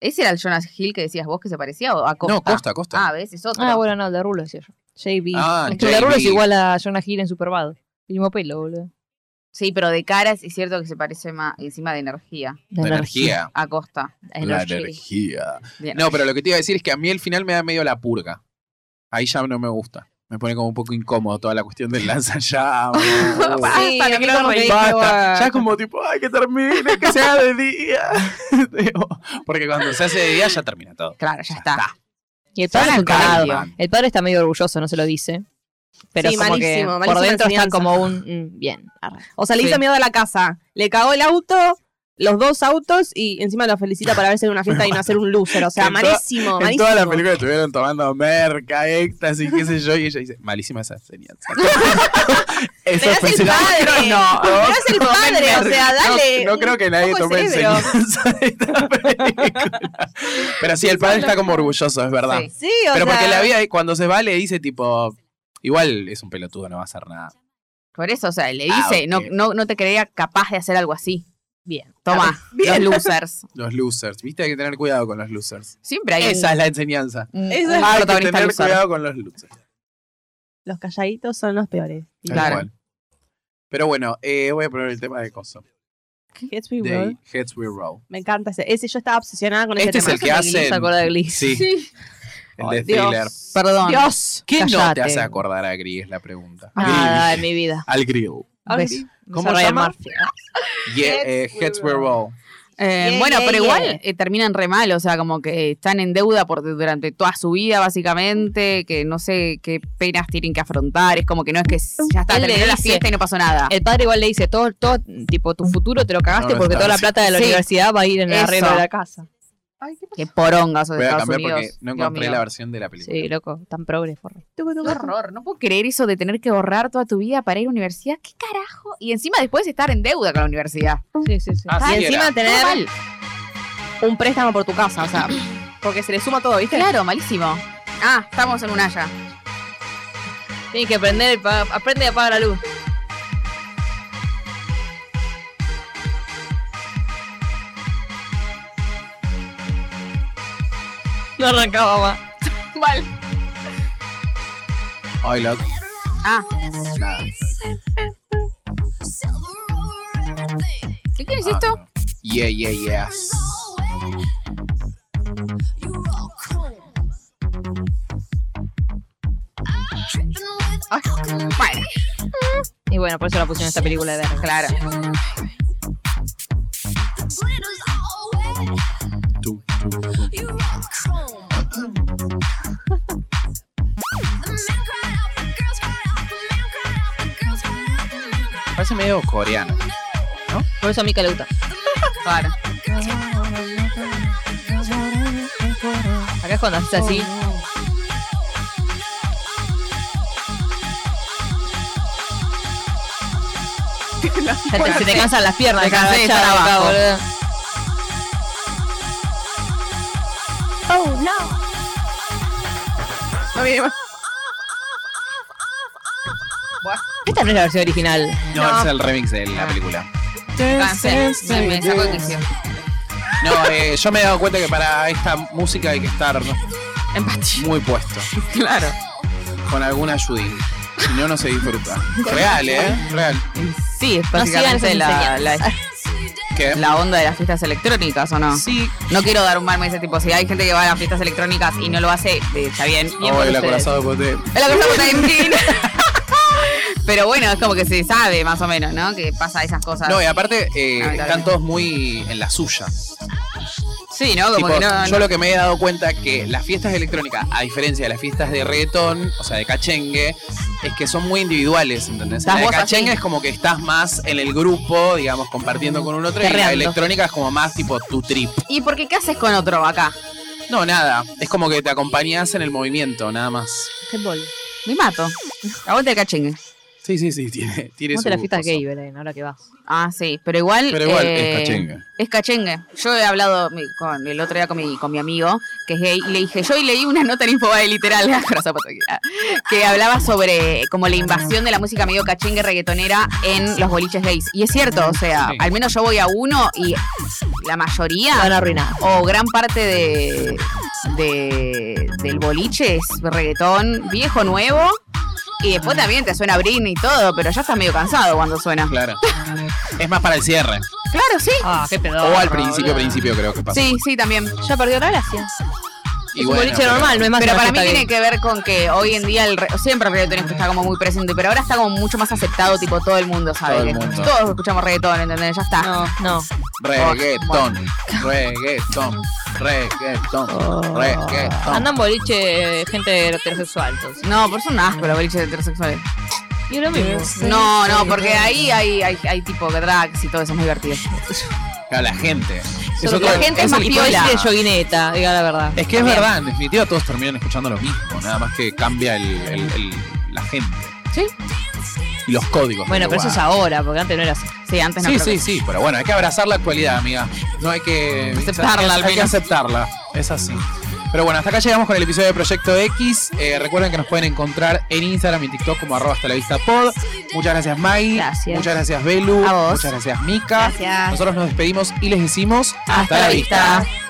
[SPEAKER 2] ¿Ese era el Jonas Hill que decías vos que se parecía o a Costa?
[SPEAKER 1] No, Costa, Costa.
[SPEAKER 2] Ah, ves, es otro.
[SPEAKER 3] Ah, bueno, no, el de Rulo decía yo.
[SPEAKER 4] JB.
[SPEAKER 1] Ah,
[SPEAKER 3] Es que el de Rulo es
[SPEAKER 1] JB.
[SPEAKER 3] igual a Jonah Hill en Superbad. El mismo pelo, boludo.
[SPEAKER 2] Sí, pero de caras es cierto que se parece más encima de energía
[SPEAKER 3] La
[SPEAKER 1] La energía.
[SPEAKER 2] a Costa.
[SPEAKER 3] La
[SPEAKER 1] La
[SPEAKER 3] energía.
[SPEAKER 1] energía.
[SPEAKER 2] Bien.
[SPEAKER 1] No, pero lo que te iba a decir es que a mí el final me da medio la purga. Ahí ya no me gusta. Me pone como un poco incómodo toda la cuestión del lanzallamas.
[SPEAKER 2] Basta,
[SPEAKER 4] Sí,
[SPEAKER 2] no
[SPEAKER 4] a mí
[SPEAKER 2] quiero
[SPEAKER 4] como que
[SPEAKER 2] reír.
[SPEAKER 4] dije,
[SPEAKER 1] Basta.
[SPEAKER 4] "Buah".
[SPEAKER 1] Ya es como tipo, ay, que termine, que sea de día. Digo, Porque cuando se hace de día ya termina todo.
[SPEAKER 2] Claro, ya está.
[SPEAKER 3] Y el padre es un
[SPEAKER 1] Jonah Hill.
[SPEAKER 3] tarado. El padre está medio orgulloso, no se lo dice. Pero
[SPEAKER 4] Sí,
[SPEAKER 3] como
[SPEAKER 4] malísimo,
[SPEAKER 3] que
[SPEAKER 4] malísima
[SPEAKER 3] por dentro está
[SPEAKER 4] enseñanza.
[SPEAKER 3] como un mm, bien. arre.
[SPEAKER 4] O sea, le
[SPEAKER 2] Sí.
[SPEAKER 4] hizo miedo a la casa. Le cagó el auto, los dos autos, y encima lo felicita por haberse en una fiesta y no hacer un loser. O sea,
[SPEAKER 1] En toda-
[SPEAKER 4] malísimo,
[SPEAKER 1] En
[SPEAKER 4] malísimo.
[SPEAKER 1] toda la película estuvieron tomando merca, éxtasis, qué sé yo, y ella dice, malísima esa enseñanza. Eso
[SPEAKER 4] Pero es el padre.
[SPEAKER 1] No,
[SPEAKER 4] Pero es el padre, o sea, dale.
[SPEAKER 1] No, creo que nadie
[SPEAKER 4] poco
[SPEAKER 1] tome
[SPEAKER 4] de cerebro.
[SPEAKER 1] enseñanza de esta película. Pero sí, el padre está como orgulloso, es verdad.
[SPEAKER 2] Sí.
[SPEAKER 4] Sí, o
[SPEAKER 1] Pero
[SPEAKER 4] sea.
[SPEAKER 1] porque la vida, cuando se va, le dice tipo, igual es un pelotudo, no va a hacer nada.
[SPEAKER 2] Por eso, o sea, le dice,
[SPEAKER 1] Ah,
[SPEAKER 2] no,
[SPEAKER 1] ok.
[SPEAKER 2] no, no te creía capaz de hacer algo así.
[SPEAKER 3] Bien.
[SPEAKER 2] Toma, los losers.
[SPEAKER 1] Los losers. Viste, hay que tener cuidado con los losers.
[SPEAKER 2] Siempre hay un-
[SPEAKER 1] Esa es la enseñanza.
[SPEAKER 4] Eso
[SPEAKER 3] Mm, un
[SPEAKER 4] es-
[SPEAKER 1] Hay que
[SPEAKER 2] protagonista
[SPEAKER 1] tener
[SPEAKER 2] loser.
[SPEAKER 1] cuidado con los losers.
[SPEAKER 4] Los calladitos son los peores.
[SPEAKER 1] Tal
[SPEAKER 2] Claro.
[SPEAKER 1] cual. Pero bueno, eh, voy a poner el tema de Coso.
[SPEAKER 4] Heads We
[SPEAKER 1] De
[SPEAKER 4] Roll.
[SPEAKER 1] Heads We Roll.
[SPEAKER 4] Me encanta ese. Ese yo estaba obsesionada con
[SPEAKER 1] Este
[SPEAKER 4] ese
[SPEAKER 1] es
[SPEAKER 4] tema.
[SPEAKER 1] el que hacen.
[SPEAKER 3] ¿Se acuerda de Glee?
[SPEAKER 1] Sí, el de
[SPEAKER 3] Ay,
[SPEAKER 1] Thriller.
[SPEAKER 3] Dios.
[SPEAKER 2] Perdón.
[SPEAKER 3] Dios.
[SPEAKER 1] ¿Qué no
[SPEAKER 3] cállate.
[SPEAKER 1] te hace acordar a Gris? Es la pregunta.
[SPEAKER 3] Nada de mi vida.
[SPEAKER 1] Grill. Al grill.
[SPEAKER 4] Ah,
[SPEAKER 3] Beso.
[SPEAKER 4] sí.
[SPEAKER 3] Beso
[SPEAKER 1] ¿Cómo
[SPEAKER 3] a
[SPEAKER 1] se
[SPEAKER 3] Ryan
[SPEAKER 1] llama?
[SPEAKER 3] Murphy.
[SPEAKER 1] Yeah, eh,
[SPEAKER 4] Heads we
[SPEAKER 1] heads we roll.
[SPEAKER 2] Eh,
[SPEAKER 4] Yeah,
[SPEAKER 2] bueno,
[SPEAKER 4] yeah,
[SPEAKER 2] pero
[SPEAKER 4] yeah.
[SPEAKER 2] igual eh, terminan re mal, o sea, como que están en deuda por, durante toda su vida, básicamente, que no sé qué penas tienen que afrontar, es como que no es que s- ya está,
[SPEAKER 3] Él le
[SPEAKER 2] terminó la
[SPEAKER 3] dice-
[SPEAKER 2] fiesta y no pasó nada.
[SPEAKER 3] El padre igual le dice, todo, todo, tipo, tu futuro te lo cagaste
[SPEAKER 1] No, no
[SPEAKER 3] porque
[SPEAKER 1] está
[SPEAKER 3] toda la
[SPEAKER 1] así.
[SPEAKER 3] plata de la
[SPEAKER 2] Sí.
[SPEAKER 3] universidad va a ir en el
[SPEAKER 2] Eso.
[SPEAKER 3] arreglo de la casa.
[SPEAKER 4] Ay, qué
[SPEAKER 2] Qué porongas de
[SPEAKER 1] Voy a
[SPEAKER 2] Estados
[SPEAKER 1] cambiar
[SPEAKER 2] Unidos.
[SPEAKER 1] porque no
[SPEAKER 2] Dios
[SPEAKER 1] encontré
[SPEAKER 2] mío.
[SPEAKER 1] la versión de la película.
[SPEAKER 3] Sí, loco, tan progre, forro.
[SPEAKER 2] Qué horror, no puedo creer eso de tener que ahorrar toda tu vida para ir a la universidad, qué carajo. Y encima después estar en deuda con la universidad.
[SPEAKER 3] Sí, sí, sí.
[SPEAKER 2] Ah,
[SPEAKER 1] Así
[SPEAKER 4] y encima
[SPEAKER 1] Ah, era.
[SPEAKER 4] tener
[SPEAKER 2] Todo mal.
[SPEAKER 4] un préstamo por tu casa, o sea, porque se le suma todo, ¿viste?
[SPEAKER 2] Claro, malísimo. Ah, estamos en un haya.
[SPEAKER 3] Tienes que aprender, pa- aprende a apagar la luz. No arrancaba más.
[SPEAKER 2] Mal.
[SPEAKER 1] Ay, la-
[SPEAKER 2] Ah,
[SPEAKER 1] nada.
[SPEAKER 2] ¿qué quieres
[SPEAKER 1] Ah,
[SPEAKER 2] esto?
[SPEAKER 1] no. Yeah, yeah, yes.
[SPEAKER 2] Bueno,
[SPEAKER 3] Y bueno, por eso la pusieron esta película de verga.
[SPEAKER 2] claro.
[SPEAKER 1] Tum, tum, tum. Parece medio coreano.
[SPEAKER 3] Por eso a Mika le gusta.
[SPEAKER 2] Claro.
[SPEAKER 3] Acá es cuando haces así. Ya te- se te cansan las piernas.
[SPEAKER 2] Te
[SPEAKER 3] acá,
[SPEAKER 2] cansé de
[SPEAKER 3] agachada
[SPEAKER 2] estar
[SPEAKER 3] acá,
[SPEAKER 2] abajo.
[SPEAKER 3] boludo.
[SPEAKER 4] No viene más.
[SPEAKER 3] Esta no es la versión original.
[SPEAKER 1] No, es el remix de la película.
[SPEAKER 2] Cansé, me, me sacó de quicio.
[SPEAKER 1] No, eh, yo me he dado cuenta que para esta música hay que estar muy puesto.
[SPEAKER 2] Claro.
[SPEAKER 1] Con alguna ayudín. Si no, no se disfruta. Real, ¿eh? Real.
[SPEAKER 2] Sí, es
[SPEAKER 3] No sigan
[SPEAKER 2] básicamente
[SPEAKER 3] esas
[SPEAKER 2] la, la,
[SPEAKER 1] ¿Qué?
[SPEAKER 2] la onda de las fiestas electrónicas, ¿o no?
[SPEAKER 1] Sí.
[SPEAKER 2] No quiero dar un mal mensaje, tipo, si hay gente que va a las fiestas electrónicas y no lo hace, eh, está bien. bien
[SPEAKER 1] Oh,
[SPEAKER 2] por
[SPEAKER 1] el
[SPEAKER 2] ustedes.
[SPEAKER 1] acorazado poté.
[SPEAKER 2] El acorazado está en fin. Pero bueno, es como que se sabe más o menos, ¿no? Que pasa esas cosas.
[SPEAKER 1] No, y aparte eh,
[SPEAKER 2] Lamentable.
[SPEAKER 1] están todos muy en la suya.
[SPEAKER 2] sí, ¿no? Como
[SPEAKER 1] Tipo,
[SPEAKER 2] que no,
[SPEAKER 1] yo lo que me he dado cuenta que las fiestas electrónicas, a diferencia de las fiestas de reggaetón, o sea, de cachengue, es que son muy individuales, ¿entendés?
[SPEAKER 2] Estás
[SPEAKER 1] La de
[SPEAKER 2] vos
[SPEAKER 1] cachengue
[SPEAKER 2] así.
[SPEAKER 1] es como que estás más en el grupo, digamos, compartiendo con un otro, y la
[SPEAKER 3] Perreando.
[SPEAKER 1] electrónica es como más tipo tu trip.
[SPEAKER 2] ¿Y por qué qué haces con otro acá?
[SPEAKER 1] No, nada, es como que te acompañás en el movimiento, nada más.
[SPEAKER 3] Qué bol.
[SPEAKER 2] Me mato. La vuelta de cachengue.
[SPEAKER 1] Sí, sí, sí, tiene, tiene
[SPEAKER 3] Ponte la
[SPEAKER 1] su
[SPEAKER 3] fiesta
[SPEAKER 1] cosa.
[SPEAKER 3] gay, Belén, ahora que vas.
[SPEAKER 2] Ah, sí, pero igual.
[SPEAKER 1] Pero igual es
[SPEAKER 2] eh,
[SPEAKER 1] cachengue.
[SPEAKER 2] Es cachengue. Yo he hablado mi- con el otro día con mi, con mi amigo, que es gay, y le dije, yo hoy leí una nota en Infobae literal, pero zapato aquí, ah, que hablaba sobre eh, como la invasión de la música medio cachengue reggaetonera en los boliches gays. Y es cierto, o sea,
[SPEAKER 1] Sí.
[SPEAKER 2] al menos yo voy a uno y la mayoría.
[SPEAKER 3] Te van a arruinar.
[SPEAKER 2] o gran parte de, de- del boliche es reggaetón viejo, nuevo. Y después también te suena Britney y todo, pero ya estás medio cansado cuando suena.
[SPEAKER 1] Claro. Es más para el cierre.
[SPEAKER 2] Claro, sí.
[SPEAKER 3] Ah, qué pedo.
[SPEAKER 1] o al principio, principio creo que pasa.
[SPEAKER 2] Sí, sí, también.
[SPEAKER 3] Ya perdió la gracia.
[SPEAKER 1] Y
[SPEAKER 3] es
[SPEAKER 1] bueno,
[SPEAKER 3] un boliche
[SPEAKER 1] pero-
[SPEAKER 3] normal, no es más
[SPEAKER 2] Pero
[SPEAKER 3] que una
[SPEAKER 2] para mí
[SPEAKER 3] fiesta
[SPEAKER 2] tiene
[SPEAKER 3] gay.
[SPEAKER 2] que ver con que hoy en día el re- siempre el reggaetón es que está como muy presente, pero ahora está como mucho más aceptado, tipo todo el mundo sabe.
[SPEAKER 1] Todo el
[SPEAKER 2] que
[SPEAKER 1] mundo.
[SPEAKER 2] Todos escuchamos reggaetón, ¿entendés? Ya está.
[SPEAKER 3] No, no.
[SPEAKER 1] Reggaetón,
[SPEAKER 3] Oh,
[SPEAKER 1] reggaetón, reggaetón, reggaetón.
[SPEAKER 3] Andan boliche eh, gente heterosexual, entonces.
[SPEAKER 2] No, por eso un asco los boliches heterosexuales.
[SPEAKER 3] Y es lo mismo.
[SPEAKER 2] No, no, porque ahí hay, hay, hay tipo drags y todo eso es muy divertido.
[SPEAKER 1] A la gente. Es
[SPEAKER 3] Solo que
[SPEAKER 1] otro-
[SPEAKER 2] la gente es
[SPEAKER 1] el-
[SPEAKER 2] más
[SPEAKER 3] Y
[SPEAKER 1] y-
[SPEAKER 2] piola.
[SPEAKER 3] boliche de yoguineta, diga la verdad.
[SPEAKER 1] Es que es verdad, en definitiva todos terminan escuchando lo mismo, nada más que cambia el, el- el- la gente.
[SPEAKER 2] Sí.
[SPEAKER 1] Y los códigos.
[SPEAKER 3] Bueno,
[SPEAKER 1] del
[SPEAKER 3] pero eso es
[SPEAKER 1] lugar.
[SPEAKER 3] ahora, porque antes no era así.
[SPEAKER 2] Sí, antes no
[SPEAKER 1] Sí,
[SPEAKER 2] creo que-
[SPEAKER 1] sí, sí, pero bueno, hay que abrazar la actualidad, amiga. No hay que
[SPEAKER 2] Aceptarla, al
[SPEAKER 1] Hay que
[SPEAKER 2] menos.
[SPEAKER 1] aceptarla. Es así. Pero bueno, hasta acá llegamos con el episodio de Proyecto X. Eh, recuerden que nos pueden encontrar en Instagram y TikTok como arroba hasta la vista pod. Muchas gracias Maggie.
[SPEAKER 3] Gracias.
[SPEAKER 1] Muchas gracias Belu.
[SPEAKER 3] A vos.
[SPEAKER 1] Muchas gracias Mika.
[SPEAKER 4] Gracias.
[SPEAKER 1] Nosotros nos despedimos y les decimos hasta, la vista.
[SPEAKER 2] vista.